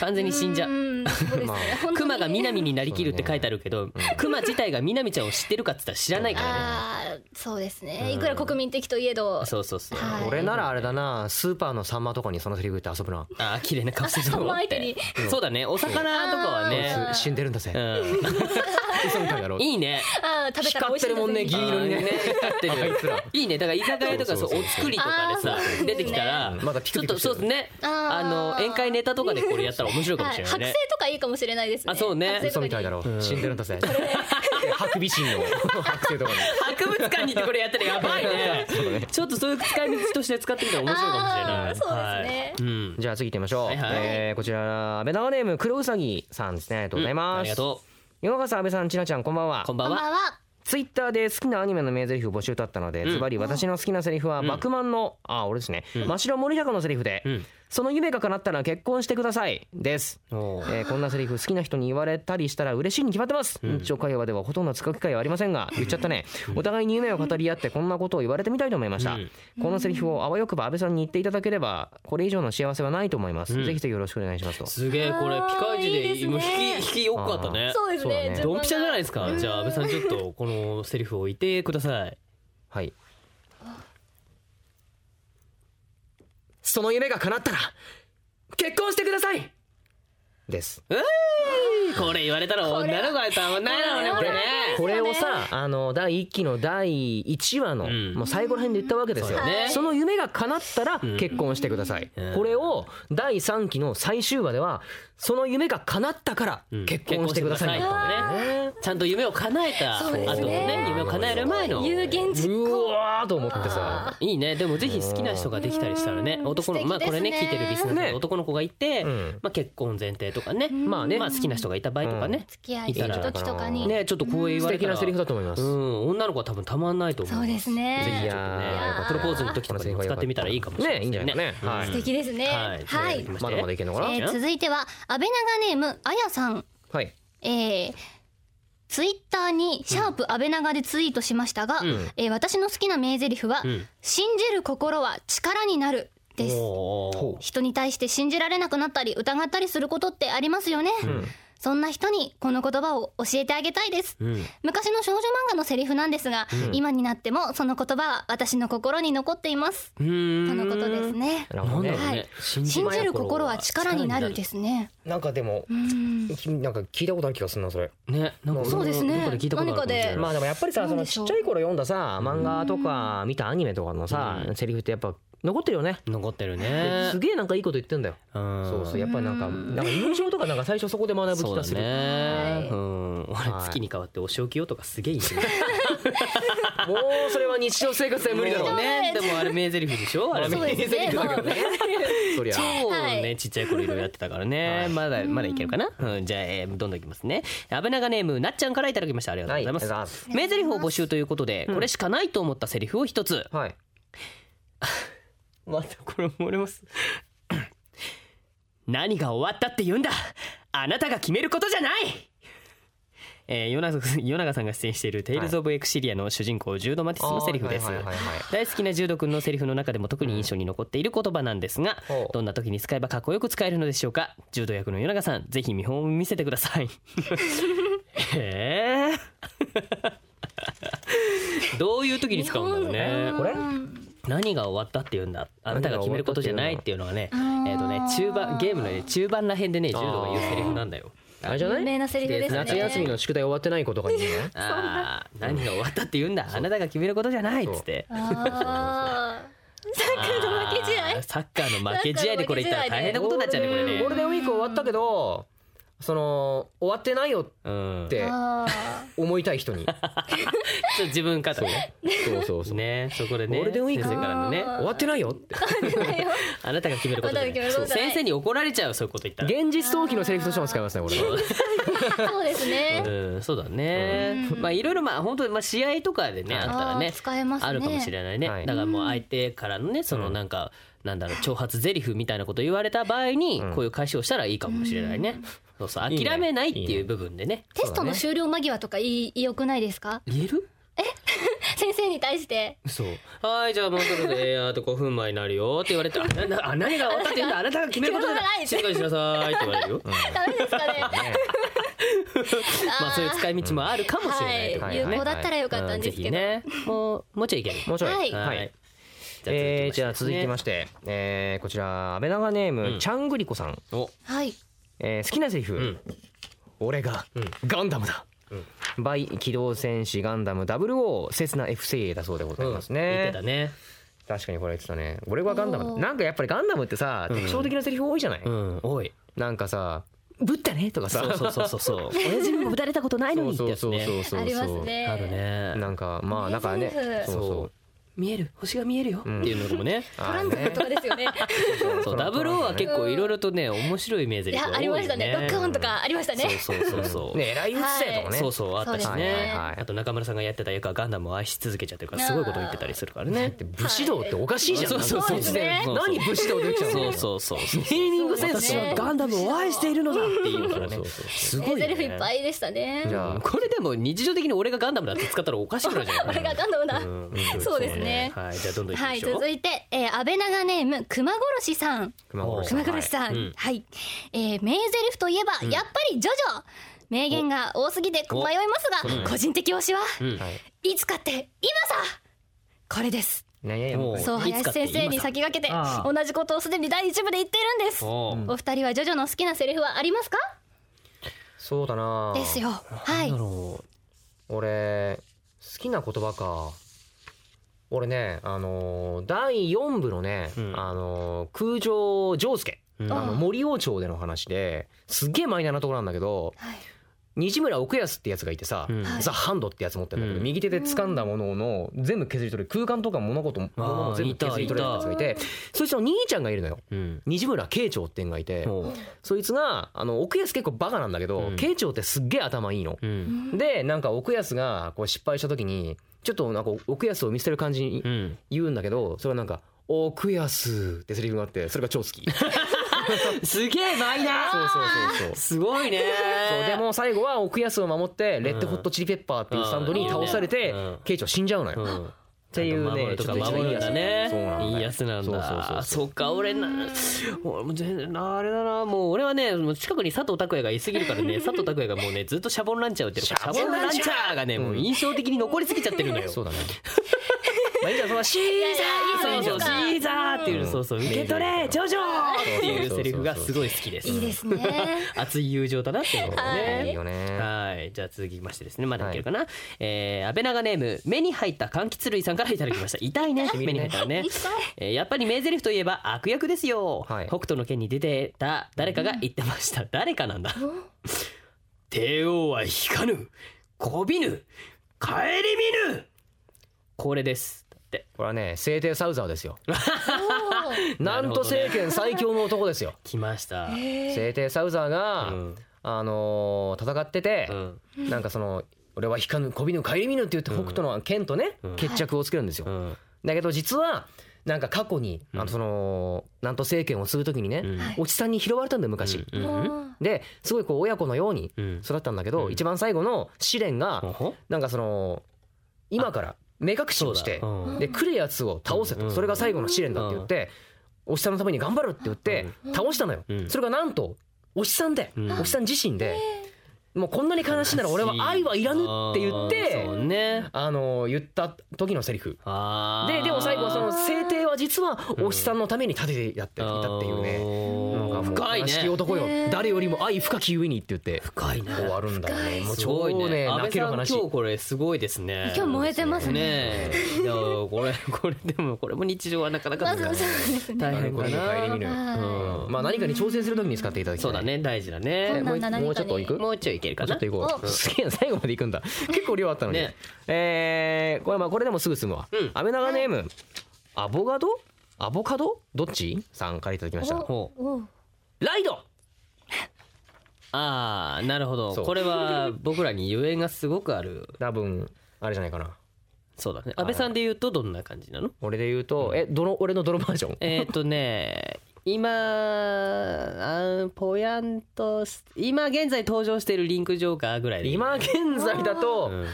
Speaker 3: 完全に死んじゃう
Speaker 5: うんそうですね
Speaker 4: まあ
Speaker 5: 本当に
Speaker 3: 熊が南になりきるって書いてあるけど、熊自体が南ちゃんを知ってるかっつったら知らないからね。
Speaker 5: あーそうですね。いくら国民的といえど。
Speaker 3: そうそうそう。
Speaker 5: はい
Speaker 4: 俺ならあれだなスーパーのサンマとかにそのセリフ言って遊ぶな
Speaker 3: ああ綺麗な顔してると思っ
Speaker 5: 相手に
Speaker 3: て。そうだね。お魚とかは
Speaker 4: こ
Speaker 3: ね
Speaker 4: いつ。死んでるんだ
Speaker 3: う
Speaker 4: ぜ
Speaker 3: ん。
Speaker 4: 嘘みたいだろ
Speaker 3: (laughs) いいね。
Speaker 5: あー食べたら美味しい
Speaker 4: 光って
Speaker 5: ですね。
Speaker 4: るもんね銀色にね
Speaker 3: 光ってる
Speaker 4: いつら。
Speaker 3: いいね。だから居酒屋とかそう
Speaker 4: そうそうそう
Speaker 3: お作りとかでさ
Speaker 5: あーそうですね
Speaker 3: 出てきたら、
Speaker 4: まだピ
Speaker 3: ち
Speaker 4: ク
Speaker 3: ょっ
Speaker 4: ピク
Speaker 3: と
Speaker 4: して
Speaker 3: そうで
Speaker 4: る
Speaker 3: すね。
Speaker 5: あー
Speaker 3: あの宴会ネタとかでこれやったら面白いかもしれない
Speaker 5: はい
Speaker 3: ね
Speaker 5: 剥製。とかいいかもしれないですね。
Speaker 3: あそうね
Speaker 5: 剥製と
Speaker 4: 嘘
Speaker 5: か
Speaker 4: みたいだろ死んでるんだぜハクビシ (laughs) ンの剥製とかに
Speaker 3: 博物館に行ってこれやったらやばいね。ちょっとそういう使い道として使ってみたら面白いかもしれな
Speaker 5: あ
Speaker 3: い。
Speaker 5: ーそうですね
Speaker 3: はいうん。
Speaker 4: じゃあ次行ってみましょう、
Speaker 3: はいはい
Speaker 4: えーこちら安倍長ネーム黒うさぎさんですねありがとうございます、
Speaker 3: ありがと
Speaker 4: 岩川さん安倍さんちなちゃんこんばんは
Speaker 3: う。こん
Speaker 5: こ
Speaker 3: ば
Speaker 5: ん
Speaker 3: んは。
Speaker 5: ばんは。
Speaker 4: ツイッターで好きなアニメの名台詞を募集だったので、ズバリ私の好きなセリフは、バクマンのあ俺ですね、真白森高のセリフで、
Speaker 3: ん
Speaker 4: その夢が叶ったら結婚してくださいです、
Speaker 3: おー
Speaker 4: えーこんなセリフ好きな人に言われたりしたら嬉しいに決まってます日常会話ではほとんど使う機会はありませんが言っちゃったねお互いに夢を語り合ってこんなことを言われてみたいと思いましたこのセリフをあわよくば安倍さんに言っていただければこれ以上の幸せはないと思いますぜひぜひよろしくお願いしますと
Speaker 3: すげえこれ
Speaker 5: あー
Speaker 3: ピカイチ
Speaker 5: いいです
Speaker 3: で
Speaker 5: ね
Speaker 3: もう引き引きよかったね。
Speaker 5: そうですね。
Speaker 4: そうだね
Speaker 5: 順番が
Speaker 3: ドンピシャじゃないですか。じゃあ安倍さんちょっとこのセリフを言ってください。
Speaker 4: はいその夢が叶ったら
Speaker 7: 結婚してください
Speaker 4: です
Speaker 3: これ言われたら女の子はたまんないだろうねこれね。
Speaker 4: これをさあの第1期の第1話の、
Speaker 3: ん
Speaker 4: もう最後ら辺で言ったわけですよ
Speaker 3: そ
Speaker 4: そ,、
Speaker 3: うね
Speaker 4: の夢が叶ったら結婚してください、これを第3期の最終話ではその夢が叶ったから結婚してください、
Speaker 3: 結婚してくださいねちゃんと夢を叶えた
Speaker 5: そう
Speaker 3: 後
Speaker 5: ですね
Speaker 3: のね夢を叶える前の。
Speaker 5: 有言実
Speaker 4: う
Speaker 5: 行。
Speaker 4: わーと思ってさ
Speaker 3: いいねでもぜひ好きな人ができたりしたらね男の
Speaker 5: 素敵
Speaker 3: まあこれね
Speaker 5: です
Speaker 3: 聞
Speaker 5: ね
Speaker 3: いてるリスナーさん
Speaker 4: ね
Speaker 3: の男の子がいて
Speaker 4: ん
Speaker 3: まあ結婚前提とかね
Speaker 4: まあね
Speaker 3: まあ好きな人がいた場合とかね
Speaker 5: 付き合いする時とかに。
Speaker 3: ねちょっとこう言
Speaker 4: 素
Speaker 3: われ
Speaker 4: 敵
Speaker 3: た
Speaker 4: な
Speaker 3: ら
Speaker 4: セリフだと思います、
Speaker 3: うん女の子は多分たまんないと思う。
Speaker 5: そうですね
Speaker 3: ぜひちょっと
Speaker 4: いやーよかっ
Speaker 3: ね
Speaker 4: た
Speaker 3: プロポーズの時とかにも使ってみたらいいかもしれない
Speaker 4: ねいいんじゃないかね、はい
Speaker 5: 素敵ですね。
Speaker 3: はい。
Speaker 5: はい。
Speaker 4: まだまだいけんのかな
Speaker 5: えー続いては安倍長ネームあやさん。
Speaker 4: はい
Speaker 5: えーツイッターに「シャープ安倍長」でツイートしましたが、えー私の好きな名台詞は、
Speaker 3: ん
Speaker 5: 信じる心は力になる」です
Speaker 3: おー
Speaker 5: 人に対して信じられなくなったり疑ったりすることってありますよね、そんな人にこの言葉を教えてあげたいです、昔の少女漫画のセリフなんですが、今になってもその言葉は私の心に残っています
Speaker 3: うーん
Speaker 5: とのことですね
Speaker 4: なるほどね
Speaker 5: はい
Speaker 3: 信
Speaker 5: 信じる心は力になるですね
Speaker 4: なんかでも
Speaker 5: うん
Speaker 4: きなんか聞いたことある気がするなそれ
Speaker 3: ね、なんか
Speaker 5: そうですね
Speaker 3: どっか聞いたことあるかもしれない
Speaker 5: 何かで
Speaker 4: まあでもやっぱりさ
Speaker 5: な
Speaker 4: そ
Speaker 5: んで
Speaker 4: の
Speaker 5: し
Speaker 4: ち
Speaker 5: ょう
Speaker 4: っちゃい頃読んださ漫画とか見たアニメとかのさセリフってやっぱ残ってるよね
Speaker 3: 残ってるね。
Speaker 4: すげえなんかいいこと言ってんだよ
Speaker 3: うん
Speaker 4: そうそうやっぱりなんかなんか友情とかなんか最初そこで学ぶ
Speaker 3: そ
Speaker 4: 気
Speaker 3: う
Speaker 4: が
Speaker 3: だ
Speaker 4: する (laughs)
Speaker 3: ね。
Speaker 5: は
Speaker 3: うん、俺
Speaker 4: はい
Speaker 3: 月に変わってお仕置きよとかすげえいいね。 (laughs)
Speaker 4: もうそれは日常生活で無理だろうね
Speaker 3: ね、でもあれ名台詞でしょ。あれ名
Speaker 5: そう
Speaker 3: 台
Speaker 5: で
Speaker 3: 詞
Speaker 5: すねもう
Speaker 4: そりゃ
Speaker 3: そう
Speaker 5: は
Speaker 3: ね、ちっちゃい頃いろいろやってたからね。まだまだいけるかな。うんじゃあえーどんどんいきますね。安倍長ネームなっちゃんからいただきました。ありがとう
Speaker 4: は
Speaker 3: ご
Speaker 4: い
Speaker 3: ざいま
Speaker 4: ありがとうございますす。
Speaker 3: 名台詞を募集ということで、これしかないと思ったセリフを一つ。
Speaker 4: はい
Speaker 3: またこれ漏れます。 (coughs) 何が終わったって言うんだあなたが決めることじゃないえー、与 (laughs) 永さん与永さんが出演している「テイルズ・オブ・エクシリア」の主人公ジュード・マティスのセリフです
Speaker 4: はいはいはいはい
Speaker 3: 大好きなジュード君のセリフの中でも特に印象に残っている言葉なんですが
Speaker 4: ほう
Speaker 3: どんな時に使えばかっこよく使えるのでしょうかジュード役の与永さんぜひ見本を見せてくださ
Speaker 4: (laughs)
Speaker 3: いえー (laughs) どういう時に使うんだろうね
Speaker 4: これ
Speaker 3: 何が終わったっていうんだあなたが決めることじゃないっていうのがね (laughs) えっ、とね中盤ゲームの、ね、中盤ら辺でね柔道が言うセリフなんだよ
Speaker 4: あれじゃな
Speaker 5: 有名
Speaker 4: い
Speaker 5: なセリフですね
Speaker 4: 夏休みの宿題終わってない子とかに (laughs) ね
Speaker 3: あー何が終わったって言うんだあなたが決めることじゃないっつって
Speaker 5: あーサッカーの負け試合
Speaker 3: あ
Speaker 5: (laughs)
Speaker 3: ーサッカーの負け試合でこれ言ったら大変なことになっちゃうねこれ
Speaker 4: ゴー
Speaker 3: ね
Speaker 4: ルデンウィーク終わったけどその終わってないよっ
Speaker 3: うん
Speaker 4: て
Speaker 5: あー
Speaker 4: 思いたい人に
Speaker 3: ちょっと自分かとね
Speaker 4: そうそ
Speaker 3: (laughs)
Speaker 4: うそう、
Speaker 3: ねそこでね
Speaker 4: ゴールデンウィーク
Speaker 3: 先生からのね
Speaker 5: あー
Speaker 4: 終わってないよって
Speaker 3: あなたが決めることじゃない
Speaker 5: あなたが決めることじゃない
Speaker 3: 先生に怒られちゃうそういうこと言ったら
Speaker 4: 現実逃避のセリフとしても使いますねこれは
Speaker 5: そうですね。
Speaker 3: (laughs) うんそうだね、
Speaker 5: うん
Speaker 3: まあいろいろまあ本当にまあ試合とかでねあったら
Speaker 5: あー
Speaker 3: ね
Speaker 5: 使えますね。
Speaker 3: あるかもしれないね、
Speaker 4: はい
Speaker 3: だからもう相手からのねそのなんか、なんだろう挑発ゼリフみたいなこと言われた場合に
Speaker 4: うん
Speaker 3: こういう返しをしたらいいかもしれないね、そうそう
Speaker 4: いいね
Speaker 3: 諦めないって
Speaker 4: いい
Speaker 3: い
Speaker 4: ね
Speaker 3: う部分でね
Speaker 5: テストの
Speaker 4: そうだね
Speaker 5: 終了間際とかいい良くないですか？
Speaker 3: 言える
Speaker 5: 先生に対して。
Speaker 3: そうはいじゃあもうそろそろえーあと5分前になるよって言われたらあななあ何が終わったって言うんだあなたが決めることだ
Speaker 5: 決
Speaker 3: 静かにしなさいって言われるよ、ま
Speaker 5: ダメで
Speaker 3: (laughs)
Speaker 5: すかね。
Speaker 3: あそういう使い道もあるかもしれないってこと
Speaker 5: は
Speaker 3: だ
Speaker 5: い、
Speaker 3: よ
Speaker 5: 有
Speaker 3: ね、
Speaker 5: 効だったらよかったんですけど。
Speaker 3: うんぜひねもうもうちょいいける
Speaker 4: もうちょい
Speaker 5: はい
Speaker 4: はいえーじゃあ続きま
Speaker 3: し
Speaker 4: して、えーこちら安倍長ネーム、
Speaker 3: うん
Speaker 4: ちゃんぐりこさん、
Speaker 3: てお
Speaker 5: はい。
Speaker 4: えー好きなセリフ、
Speaker 3: ん
Speaker 4: 俺がガンダムだ、バイ機動戦士ガンダム00刹那 F 精鋭だそうでございます
Speaker 3: 言って
Speaker 4: ね、
Speaker 3: たね
Speaker 4: 確かにこれ言ってたね俺はガンダ
Speaker 5: お
Speaker 4: ム
Speaker 5: ー
Speaker 4: なんかやっぱりガンダムってさ特徴的なセリフ多いじゃない、
Speaker 3: うんおい
Speaker 4: なんかさぶったねとかさ
Speaker 3: そうそうそうそう
Speaker 4: (laughs)
Speaker 3: そう親父にもぶたれたことないのにってやつね
Speaker 4: そうそうそうそう
Speaker 5: ありますね。
Speaker 3: あるね
Speaker 4: なんかまあなんかね
Speaker 5: 名台詞
Speaker 4: そうそう
Speaker 3: 見える星が見えるよって
Speaker 4: ん
Speaker 3: いうのもね
Speaker 5: トランプとかですよね。
Speaker 3: そうダブルは結構いろいろとね面白い名台
Speaker 5: い
Speaker 3: 詞
Speaker 5: や
Speaker 3: が多いよね
Speaker 5: ありましたね。ロックオンとかありましたね。
Speaker 3: そう (laughs) そうそうそう
Speaker 4: ね偉い打つせとかね、
Speaker 3: そうそうあったし
Speaker 5: そう
Speaker 3: ね
Speaker 5: です
Speaker 4: は
Speaker 5: ね
Speaker 4: いはい
Speaker 3: あと中村さんがやってた役はガンダムを愛し続けちゃってるからすごいこと言ってたりするからね
Speaker 4: 武士道っておかしいじゃん、
Speaker 3: そうそうそう
Speaker 5: そうですね
Speaker 3: そうそう
Speaker 4: 何武士道できちゃうの
Speaker 3: そうそうそうそう
Speaker 4: ネーミングセンス
Speaker 5: 私は
Speaker 4: が
Speaker 5: ガ
Speaker 3: ンダムを愛しているのだっていうからね
Speaker 4: そうそうそう
Speaker 3: すごい
Speaker 5: え
Speaker 3: ね
Speaker 5: セリフいっぱいでしたね。 (laughs)
Speaker 4: じゃあ
Speaker 3: これでも日常的に俺がガンダムだって使ったらおかしくなるじゃない
Speaker 5: (laughs) 俺がガンダムだ。
Speaker 3: うん
Speaker 5: そうですね。
Speaker 3: はいじゃあどんどんいきま
Speaker 5: はい、
Speaker 3: しょう
Speaker 5: 続いて、えー、安倍長ネーム熊殺しさん。
Speaker 4: 熊殺
Speaker 5: 熊殺しさん、
Speaker 3: は
Speaker 5: はいい、
Speaker 3: うん
Speaker 5: えー名台詞といえば、やっぱりジョジョ。名言が多すぎて迷いますが、個人的推しは、
Speaker 3: うん
Speaker 4: はい
Speaker 5: いつかって今さ。これです。
Speaker 4: ねえ
Speaker 3: も
Speaker 5: そう、
Speaker 3: いつか
Speaker 5: 林
Speaker 3: って
Speaker 5: 先生に先駆けて、同じことをすでに第一部で言っているんです。
Speaker 3: おー
Speaker 5: お二人はジョジョの好きなセリフはありますか。
Speaker 4: そうだな
Speaker 5: ですよ。は
Speaker 3: ないんだ。ろう
Speaker 4: 俺好きな言葉か俺ねあのー第4部のね、
Speaker 3: うん
Speaker 4: あのー空城丈介、
Speaker 3: うん
Speaker 4: あの森王朝での話ですっげえマイナーなところなんだけど
Speaker 5: はい。
Speaker 4: 西村奥安ってやつがいてさ、
Speaker 3: うん
Speaker 4: ザ・ハンドってやつ持ってんだけど、
Speaker 3: うん
Speaker 4: 右手で掴んだものの全部削り取る空間とか物事も
Speaker 3: あー
Speaker 4: 物も全部削り取れるやつがいてそいつの兄ちゃんがいるのよ
Speaker 3: うん
Speaker 4: 西村慶長ってんがいて
Speaker 3: おー
Speaker 4: そいつがあの奥安結構バカなんだけど
Speaker 3: うん
Speaker 4: 慶長ってすっげえ頭いいの。
Speaker 3: うん
Speaker 4: でなんか奥安がこう失敗した時にちょっとなんか奥安を見捨てる感じに
Speaker 3: うん
Speaker 4: 言うんだけどそれはなんか「奥安」ってセリフがあってそれが超好
Speaker 3: (laughs)
Speaker 4: きそう
Speaker 3: すげえマイナ
Speaker 4: そう
Speaker 3: ー
Speaker 4: そうそう
Speaker 3: すごいね
Speaker 4: そうでも最後は奥安を守ってレッドホットチリペッパーっていうスタンドに倒されて
Speaker 3: うん
Speaker 4: 慶長死んじゃうの
Speaker 3: う
Speaker 4: よ
Speaker 3: ん
Speaker 4: っていうね
Speaker 3: ちゃんと守るとか守るんだ
Speaker 4: そうなんだ
Speaker 3: ね
Speaker 4: よ
Speaker 3: いいやつなん
Speaker 4: そうそうそ
Speaker 3: だ
Speaker 4: う
Speaker 3: そっか俺な俺も全然なあれだなもう俺はねもう近くに佐藤拓也がいすぎるから (laughs) ね佐藤拓也がもうねずっとシャボンランチャー打ってるからシャボンランチャーがねもう印象的に残りすぎちゃってるのよ
Speaker 4: そうだねまあいいじゃんそのシー
Speaker 5: いやいやいい
Speaker 3: そうそう
Speaker 5: ですか。
Speaker 3: シーザーっていううんそうそう受け取れジョジョっていうセリフがすごい好きです
Speaker 5: いいですね。
Speaker 3: 熱い友情だなって思う
Speaker 4: いい
Speaker 3: ね
Speaker 4: よね
Speaker 3: はいじゃあ続きましてですねまだいけるかな、えー、安倍長ネーム目に入った柑橘類さんからいただきました痛いね (laughs) 目に入ったら
Speaker 4: (laughs)
Speaker 3: ね、 (laughs) えーやっぱり名台詞といえば悪役ですよ、
Speaker 4: はい
Speaker 3: 北斗の拳に出てた誰かが言ってました、誰かなんだ帝王は引かぬこびぬ帰り見ぬこれですだって
Speaker 4: これはね聖帝サウザーですよ
Speaker 5: おー
Speaker 4: なんと政権最強の男ですよ
Speaker 3: 来ました、
Speaker 4: 聖帝サウザーが、
Speaker 3: うん
Speaker 4: あのー戦ってて
Speaker 3: う、ん
Speaker 4: なんかその俺は引かぬこびぬ顧みぬって言って北斗の剣とね、
Speaker 3: うん
Speaker 4: 決着をつけるんですよ、
Speaker 3: うん
Speaker 4: だけど実はなんか過去に、あのそのなんと政権を継ぐ時にね、
Speaker 3: うん
Speaker 4: おじさんに拾われたんだよ昔、
Speaker 3: うん
Speaker 5: お
Speaker 4: ですごいこう親子のように
Speaker 3: うん
Speaker 4: 育ったんだけど、
Speaker 3: うん
Speaker 4: 一番最後の試練が、
Speaker 3: ほほ
Speaker 4: なんかその今から目隠しをして、
Speaker 3: そうだうん
Speaker 4: で来るやつを倒せと、
Speaker 3: うん
Speaker 4: それが最後の試練だって言って、おじさんのために頑張るって言って、倒したのよ、
Speaker 3: うん
Speaker 4: それがなんとおじさんで、
Speaker 3: うん
Speaker 4: おじさん自身で、もうこんなに悲しいなら俺は愛はいらぬって言って
Speaker 3: あーそうね
Speaker 4: あの言った時のセリフ
Speaker 3: あー
Speaker 4: ででも最後はその聖帝は実はおじさんのために立ててやっていたっていうね、なん
Speaker 3: ね
Speaker 4: かもう
Speaker 3: 深い
Speaker 4: 悲しき
Speaker 3: ね
Speaker 4: 男よ、
Speaker 5: ね
Speaker 4: 誰よりも愛深きゆえにって言って
Speaker 3: 深いね
Speaker 4: 終わるんだよねもう
Speaker 3: すごい
Speaker 4: 超
Speaker 3: ね
Speaker 4: ね
Speaker 3: 安
Speaker 4: 泣
Speaker 3: 倍
Speaker 4: ける
Speaker 3: さん
Speaker 4: 話
Speaker 3: 今日これすごいですね
Speaker 5: 今日燃えてますね。
Speaker 3: ねえいやこれこれでもこれも日常はなかなか
Speaker 5: まず
Speaker 3: だ
Speaker 5: そう
Speaker 3: ね
Speaker 5: ですね。
Speaker 3: 大変か
Speaker 4: 帰り見
Speaker 3: な
Speaker 4: る
Speaker 5: は
Speaker 3: うん
Speaker 4: まあ何かに挑戦するときに使っていただきたい
Speaker 3: そうだね大事だね
Speaker 5: い。
Speaker 4: もう
Speaker 5: 何
Speaker 4: もうちょっといく
Speaker 3: もうちょいけるか
Speaker 4: ちょ
Speaker 3: な
Speaker 4: っと行こう。すげえな最後まで行く
Speaker 3: (laughs)
Speaker 4: んだ。結構量あったのに
Speaker 3: ね。
Speaker 4: えーこれまあこれでもすぐ済むわ
Speaker 3: うん。
Speaker 4: アメナガネームアボガド？アボカド？どっち？さんからいただきました。
Speaker 3: ほう
Speaker 5: おう
Speaker 4: ライド。
Speaker 3: (laughs) ああなるほど
Speaker 4: そう
Speaker 3: これは僕らにゆえんがすごくある
Speaker 4: 多分あれじゃないかな。
Speaker 3: そうだね安倍さんで言うとどんな感じなの
Speaker 4: 俺で言うと、えどの俺のどのバージョン？
Speaker 3: えっとね今あーぽやんとし今現在登場しているリンクジョーカーぐらいでいいね
Speaker 4: 今現在だと
Speaker 3: うん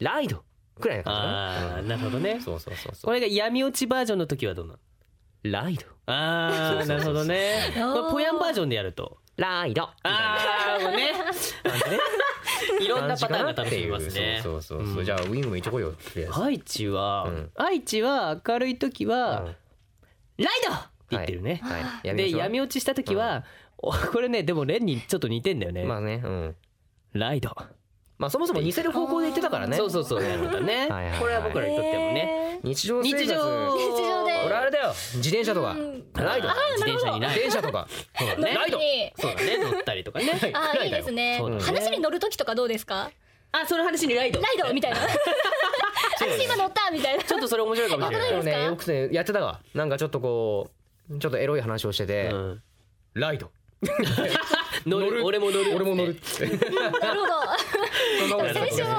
Speaker 4: ライドくらいの感じか
Speaker 3: あ
Speaker 4: な
Speaker 3: あ。なるほどね
Speaker 4: そうそうそうそ
Speaker 3: これが闇落ちバージョンの時はどうなの
Speaker 4: う。ライド。
Speaker 3: ああなるほどねこれぽやんバージョンでやると
Speaker 4: ライド。
Speaker 3: ああもうねいろんなパターンが楽しめますね
Speaker 4: そうそうそうそう。じゃあウィングも行ってこいよ。とりあえず
Speaker 3: 愛知は、
Speaker 4: うん
Speaker 3: 愛知は明るい時は、
Speaker 4: うん
Speaker 3: ライドって言ってるね、
Speaker 4: はい。やめま
Speaker 3: で
Speaker 4: しょう
Speaker 3: 闇落ちした時は、おこれねでもレンにちょっと似てんだよね、
Speaker 4: まあね。うん。
Speaker 3: ライド
Speaker 4: まあそもそも似せる方向で言ってたからね。
Speaker 3: そうそうそうなるほどね、
Speaker 4: はいはい
Speaker 3: これは僕らにとってもね、
Speaker 4: 日常生活
Speaker 3: 日常
Speaker 5: 日常で
Speaker 4: 俺あれだよ自転車とかライド
Speaker 3: 自転車にライ
Speaker 4: 自転車と (laughs) か
Speaker 3: ド、ね、
Speaker 5: 乗る時に
Speaker 3: そうだね乗ったりとかね
Speaker 5: (laughs) あーいいですね
Speaker 3: そうだね
Speaker 5: 話に乗る時とかどうですか
Speaker 3: あその話にライド
Speaker 5: ライドみたいな私今乗ったみたいな
Speaker 3: ちょっとそれ面白いかもしれない、
Speaker 4: でもねよくねやってたわなんかちょっとこうちょっとエロい話をしてて
Speaker 3: うん
Speaker 4: ライド
Speaker 3: 乗る俺も乗る
Speaker 4: 俺も乗るっつって
Speaker 5: なるほどでも (laughs) 先週の流れが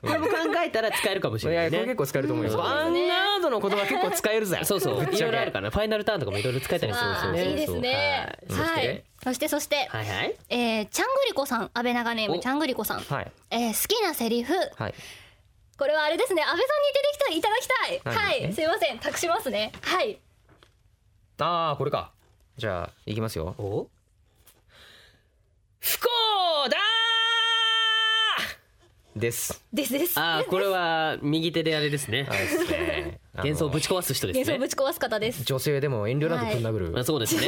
Speaker 3: これも考えたら使えるかもし
Speaker 4: い
Speaker 3: れな
Speaker 4: や
Speaker 3: い
Speaker 4: これ
Speaker 3: ね
Speaker 4: 結構使えると思うよ
Speaker 3: そう
Speaker 4: アンガードの言葉結構使えるぜ
Speaker 3: そうそう
Speaker 4: ぶっ
Speaker 3: い
Speaker 4: ちゃ
Speaker 3: ろいろある
Speaker 4: け
Speaker 3: かなファイナルターンとかもいろいろ使えたりする
Speaker 5: あ
Speaker 3: ん
Speaker 5: ーい
Speaker 3: で
Speaker 5: いです
Speaker 3: よ
Speaker 5: す
Speaker 3: ね
Speaker 5: ねはいそしてそして
Speaker 3: はいはいはい
Speaker 5: えーちゃんぐりこさん安倍長ネー
Speaker 3: お
Speaker 5: ムちゃんぐりこさん
Speaker 4: はい
Speaker 5: えー好きなセリフ
Speaker 4: はい
Speaker 5: これはあれですね安倍さんに出てきたいただきたい
Speaker 4: 何
Speaker 5: はいすいません託しますねはい
Speaker 4: ああこれかじゃあいきますよ
Speaker 3: お
Speaker 4: 不幸
Speaker 5: (laughs)
Speaker 4: だです
Speaker 5: ですです
Speaker 3: あーこれは右手であれですね
Speaker 4: はいですねあの
Speaker 3: 幻想をぶち壊す人で
Speaker 5: 幻
Speaker 3: す
Speaker 5: 想ぶ
Speaker 3: ね
Speaker 5: ち壊す方です
Speaker 4: 女性でも遠慮なくぶん殴る
Speaker 3: あそうですね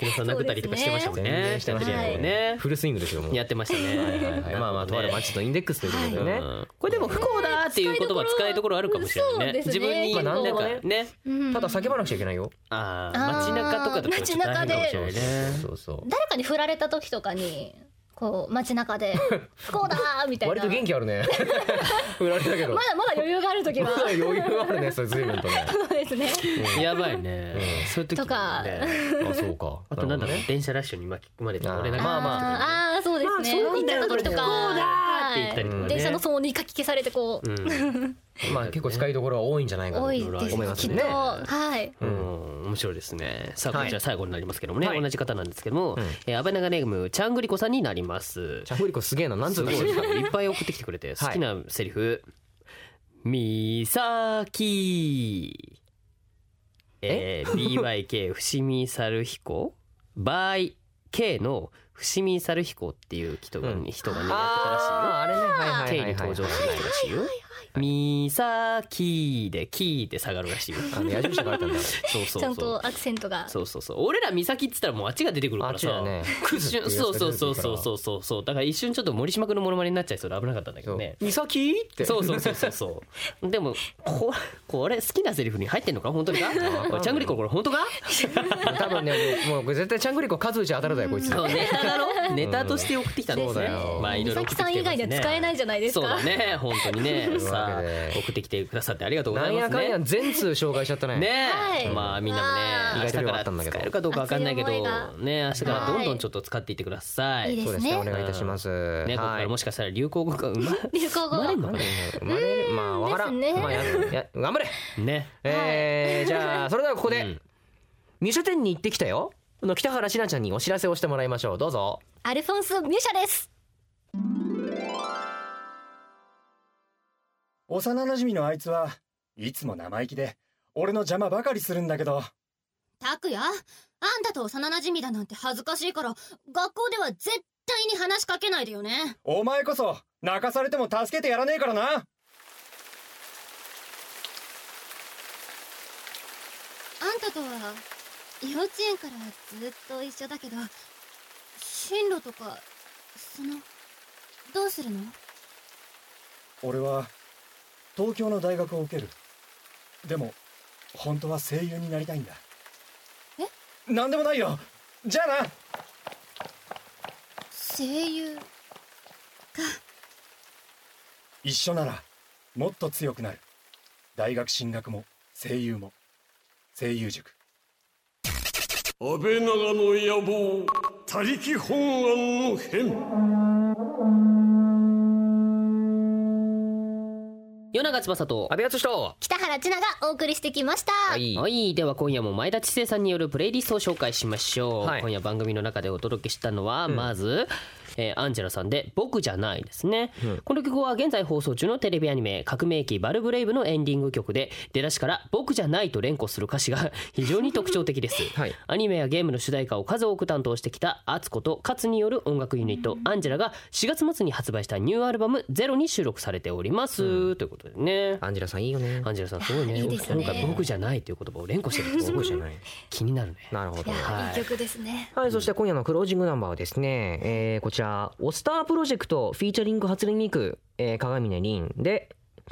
Speaker 3: 明野さん殴ったりとかしてましたもん
Speaker 4: 全
Speaker 3: ね
Speaker 4: 然してました
Speaker 5: は
Speaker 4: よ
Speaker 5: い
Speaker 4: ね
Speaker 3: ね
Speaker 4: フルスイングですよもう
Speaker 3: やってました
Speaker 4: はいはいはい
Speaker 3: ね
Speaker 4: まあまあとあるマッチとインデックスということでね、
Speaker 3: うんこれでも不幸だっていう言葉使いどころあるかもしれないね
Speaker 5: そうですね
Speaker 3: 自分に
Speaker 5: まあ
Speaker 3: なん
Speaker 5: 何でもね
Speaker 3: かね
Speaker 5: うん
Speaker 4: ただ叫ばなくちゃいけないよ、
Speaker 3: あー
Speaker 5: あー
Speaker 3: 街中とかだとちょっと大変かもしれないね
Speaker 4: そうそう
Speaker 5: 誰かに振られた時とかにこう街中で「不幸だ!」みたいな
Speaker 4: 割と元気あるね
Speaker 5: (laughs)
Speaker 4: 振られたけど
Speaker 5: まだまだ余裕がある時
Speaker 4: ま (laughs)
Speaker 5: は
Speaker 4: だ余裕あるねそれ随分とね
Speaker 5: (laughs) そうですね
Speaker 3: やばいねそういう時
Speaker 5: とか
Speaker 3: ね
Speaker 4: あそうか
Speaker 3: あとなんだろう
Speaker 4: る
Speaker 3: 電車ラッシュに巻き込まれて
Speaker 4: あー
Speaker 3: 俺なんか
Speaker 4: まあま
Speaker 5: あーあーそうですね
Speaker 3: まあそう
Speaker 5: 行っちゃった時とか
Speaker 3: そうだーって言ったりとかね
Speaker 5: はい電車の騒音にかき消されてこう、
Speaker 4: ほどねまあ結構使いどころは多いんじゃないかと
Speaker 5: 多い
Speaker 3: ろ
Speaker 5: で
Speaker 3: いろ
Speaker 5: す
Speaker 3: 思
Speaker 4: います
Speaker 5: き
Speaker 4: ね
Speaker 5: っとはい
Speaker 3: うん、面白いですねさあ
Speaker 4: はい
Speaker 3: こちら最後になりますけどもね、
Speaker 4: はい
Speaker 3: 同じ方なんですけども、
Speaker 4: ん
Speaker 3: えー、安倍長ネームちゃんぐりこさんになります
Speaker 4: チャフリコすげえななんつ
Speaker 3: す
Speaker 4: う
Speaker 3: ご
Speaker 4: の
Speaker 3: いいっぱい送ってきてくれて
Speaker 4: はい
Speaker 3: 好きなセリフ「みさき」えー BYK 伏見猿彦 by K の伏見猿彦っていう人が,、
Speaker 4: うん
Speaker 3: 人がねやってたらしいよ
Speaker 4: あああれねはいはいは
Speaker 3: K
Speaker 4: い
Speaker 3: に
Speaker 4: はい
Speaker 3: 登場しないらしいよ「みさき」で「き」で下がるらしいよ
Speaker 4: あの矢印があったんだ
Speaker 3: そうそうそう
Speaker 5: ちゃんとアクセントが
Speaker 3: そうそうそう俺ら岬っつったらもうあっちが出てくるからさ
Speaker 4: あっちだね
Speaker 3: 一
Speaker 4: (laughs)
Speaker 3: 瞬そうそうそうそうそうそうそうだから一瞬ちょっと森島君のモノマネになっちゃいそうで危なかったんだけどね
Speaker 4: ミサキって
Speaker 3: そう (laughs) そうそうそうそう (laughs) でもここれ好きなセリフに入ってんのか本当
Speaker 4: (laughs)
Speaker 3: にかおいちゃんぐりここれ本当か
Speaker 4: 多分ねもうもう絶対チャングリコ数打ち当たるだよこいつ
Speaker 3: そうネタだろネタとして送ってきたんですね
Speaker 4: そうだよ
Speaker 3: まあいろ
Speaker 5: 美
Speaker 3: いろ送
Speaker 5: 咲
Speaker 3: って
Speaker 5: さ
Speaker 3: き
Speaker 5: ん
Speaker 3: て
Speaker 5: 以
Speaker 3: ますね
Speaker 5: 外では使えないじゃないです
Speaker 3: そう
Speaker 5: か
Speaker 3: だね本当に
Speaker 4: (laughs)
Speaker 3: ね
Speaker 4: いうわ
Speaker 3: さあ
Speaker 4: けで
Speaker 3: 送ってきてくださってありがとうご
Speaker 4: な
Speaker 3: ざい
Speaker 4: ん
Speaker 3: ま
Speaker 4: や
Speaker 3: す
Speaker 4: かんや
Speaker 3: ね
Speaker 4: 全通紹介しちゃったね、
Speaker 3: ねえ、
Speaker 5: はい
Speaker 3: まあみんなもね
Speaker 5: あ
Speaker 4: ー
Speaker 3: 明日から使えるかどうかわかんないけど
Speaker 5: 熱い思いが
Speaker 3: ね明日からどんどんちょっと使っていってください。
Speaker 5: はいいい
Speaker 4: そうですねお願いいたします、
Speaker 3: ね、ここ
Speaker 4: は
Speaker 3: から
Speaker 4: い
Speaker 3: もしかしたら流行語が生ま
Speaker 4: (laughs)
Speaker 5: 流行
Speaker 3: 生
Speaker 5: 語
Speaker 3: まれんの
Speaker 4: まあ
Speaker 3: か
Speaker 4: ね生まれるまあわからん、
Speaker 5: ですね
Speaker 4: まあやや頑 (laughs) 張れ
Speaker 3: なね。
Speaker 4: えー、じゃあそれではここで、
Speaker 3: ん
Speaker 4: ミシュ店に行ってきたよの北原しなちゃんにお知らせをしてもらいましょうどうぞ
Speaker 5: アルフォンス・ミュシャです
Speaker 8: 幼馴染のあいつはいつも生意気で俺の邪魔ばかりするんだけど
Speaker 9: たくや、あんたと幼馴染だなんて恥ずかしいから、学校では絶対に話しかけないでよね。
Speaker 8: お前こそ泣かされても助けてやらねえからな
Speaker 9: あんたとは、幼稚園からずっと一緒だけど、進路とか、その、どうするの
Speaker 8: 俺は東京の大学を受けるでも本当は声優になりたいんだえなんでもないよじゃあな
Speaker 9: そ声優か
Speaker 8: 一緒ならもっと強くなる大学進学も声優も声優塾
Speaker 2: 安倍長の野望他力本願の変
Speaker 3: 夜長翼と
Speaker 4: 安倍敦と
Speaker 5: 北原千奈がお送りしてきました、
Speaker 4: はい
Speaker 3: はいでは今夜も前田知世さんによるプレイリストを紹介しましょう、
Speaker 4: はい
Speaker 3: 今夜番組の中でお届けしたのは、まず、えーアンジェラさんで「僕じゃない」ですね、この曲は現在放送中のテレビアニメ「革命機バルブレイブ」のエンディング曲で出だしから「僕じゃない」と連呼する歌詞が (laughs) 非常に特徴的です、
Speaker 4: はい
Speaker 3: アニメやゲームの主題歌を数多く担当してきたアツコとカツによる音楽ユニットアンジェラが4月末に発売したニューアルバム「ゼロに収録されております、ということでね
Speaker 4: アンジェラさんいいよね
Speaker 3: アンジェラさんすごいね
Speaker 5: いいですね
Speaker 3: 今回僕じゃないという言葉を連呼してるんです
Speaker 4: すごいじゃない
Speaker 3: 気になるね
Speaker 4: なるほ
Speaker 5: い
Speaker 4: ど
Speaker 5: や、
Speaker 3: はい
Speaker 5: い、い曲ですね
Speaker 4: はい、そして今夜のクロージングナンバーはですね、えーこちら、オスタープロジェクトフィーチャリング初音ミク、えー、鏡音凛で、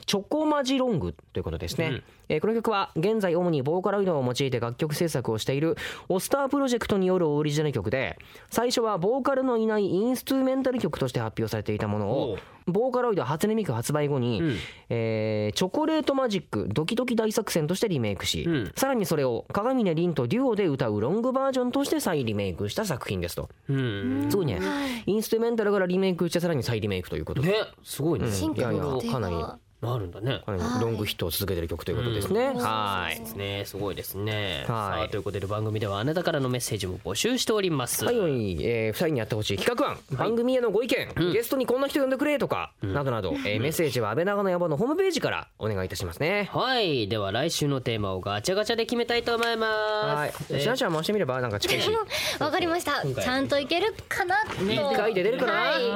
Speaker 4: チョコマジロングということですね、
Speaker 3: うん
Speaker 4: えーこの曲は現在主にボーカロイドを用いて楽曲制作をしているオスタープロジェクトによるオリジナル曲で最初はボーカルのいないインストゥルメンタル曲として発表されていたもの
Speaker 3: お
Speaker 4: を
Speaker 3: う
Speaker 4: ボーカロイド初音ミク発売後に、
Speaker 3: うん
Speaker 4: えーチョコレートマジックドキドキ大作戦としてリメイクし、
Speaker 3: うん
Speaker 4: さらにそれを鏡音凛とデュオで歌うロングバージョンとして再リメイクした作品ですと、
Speaker 3: うん
Speaker 4: すごいね、インストゥルメンタルからリメイクしてさらに再リメイクということで、
Speaker 3: ねすごいね、
Speaker 5: 進
Speaker 4: いや
Speaker 5: 化
Speaker 4: いや
Speaker 5: の過程
Speaker 4: かなり
Speaker 5: が
Speaker 3: なるんだね
Speaker 4: かなりロングヒットを続けてる曲ということですね、はい
Speaker 3: ですねすごいですね、
Speaker 4: い
Speaker 3: さあということで番組ではあなたからのメッセージも募集しております、
Speaker 4: はい、えー、2人にやってほしい企画案、番組へのご意見、ゲストにこんな人呼んでくれとか、などなど、えーメッセージは安倍長の野望のホームページからお願いいたしますね。
Speaker 3: はいでは来週のテーマをガチャガチャで決めたいと思い
Speaker 4: は
Speaker 3: ま
Speaker 4: い、
Speaker 3: す
Speaker 4: じゃあシャンシャン回してみればなんか近いし、
Speaker 5: (laughs) わかりました
Speaker 3: 今回
Speaker 5: ちゃんといけるかなと
Speaker 3: ね
Speaker 4: 一回で出るかな
Speaker 5: はい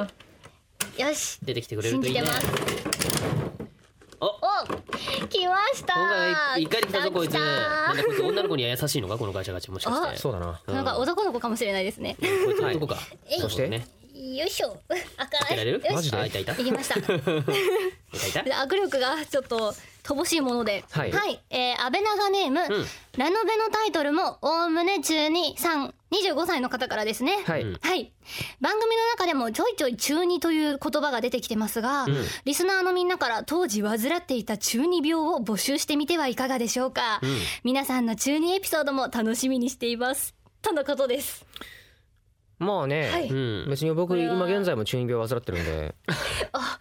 Speaker 5: よし
Speaker 3: 出てきてくれる
Speaker 5: 信
Speaker 3: とい
Speaker 5: じ
Speaker 3: い
Speaker 5: て
Speaker 3: ね
Speaker 5: ます
Speaker 3: お
Speaker 5: お来ました
Speaker 3: 今回一回で来たぞこいつ
Speaker 5: 来た
Speaker 3: なんだこいつ女の子には優しいのかこのガチャガチャもしかして
Speaker 5: あ
Speaker 4: そうだな。
Speaker 5: なんか男の子かもしれないですね
Speaker 3: こいつ男か、
Speaker 5: い
Speaker 3: そして
Speaker 4: そ
Speaker 3: ね
Speaker 5: よいしょあか
Speaker 3: やら
Speaker 5: ら
Speaker 3: れる
Speaker 5: よし
Speaker 3: あいたいたい
Speaker 5: いきました
Speaker 3: たいた
Speaker 5: で握力がちょっと乏しいもので
Speaker 4: は
Speaker 5: はいえー、安倍長ネーム、
Speaker 3: うん
Speaker 5: ラノベのタイトルもおおむね1225歳の方からですね
Speaker 4: はい
Speaker 5: うん番組の中でもちょいちょい中二という言葉が出てきてますが、リスナーのみんなから当時患っていた中二病を募集してみてはいかがでしょうか、皆さんの中二エピソードも楽しみにしていますとのことです
Speaker 4: まあね、
Speaker 5: はい
Speaker 3: うん
Speaker 4: 別に僕今現在も中二病を患ってる
Speaker 3: (laughs)
Speaker 4: んで、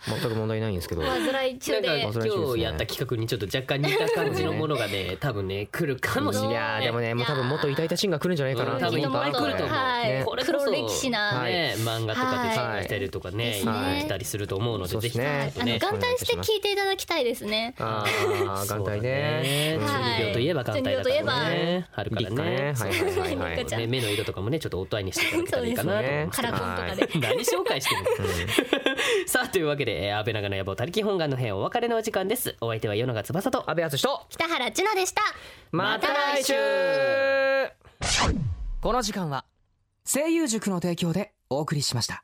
Speaker 4: 全く問題ないんですけど。
Speaker 5: 患い中
Speaker 3: な
Speaker 5: で
Speaker 3: んか今日やった企画にちょっと若干似た感じのものが
Speaker 5: (laughs)
Speaker 3: ね多分ね来るかもしれない
Speaker 4: いやーでもね、もう多分もっと痛々しいが来るんじゃないかな。
Speaker 3: 多分いっぱい来ると思う、
Speaker 5: はい
Speaker 4: ね
Speaker 3: これこそ
Speaker 5: 黒歴史な
Speaker 3: ね漫画とかで紹介したりとかね、
Speaker 5: はい
Speaker 3: い、来たりすると思うので、
Speaker 4: そう
Speaker 3: ぜ
Speaker 4: で
Speaker 3: ひ
Speaker 4: すね
Speaker 3: ちょっと
Speaker 5: あの
Speaker 3: ね
Speaker 5: 元旦して聞いていただきたいですね
Speaker 4: ああ、眼
Speaker 3: ね
Speaker 4: 帯ね。
Speaker 3: 中
Speaker 5: はい
Speaker 3: 二病といえば眼帯だから
Speaker 5: 中二病とい
Speaker 3: ね春から
Speaker 4: 立夏
Speaker 3: ね。
Speaker 4: ねはいはいはいは
Speaker 5: 立夏
Speaker 4: い
Speaker 5: ち。ゃん
Speaker 3: ね目の色とかもねちょっとお音合いにしていただけたらいい
Speaker 5: (laughs)
Speaker 3: かなと思いま
Speaker 5: カ
Speaker 3: す
Speaker 5: ラコンとかで、
Speaker 3: (laughs) 何紹介してるの、
Speaker 4: (laughs)
Speaker 3: さあというわけで、えー、安倍長の野望他力本願の編お別れのお時間ですお相手は与永翼と
Speaker 4: 安倍敦と。
Speaker 5: 北原千奈でした
Speaker 4: また来週
Speaker 10: この時間は声優塾の提供でお送りしました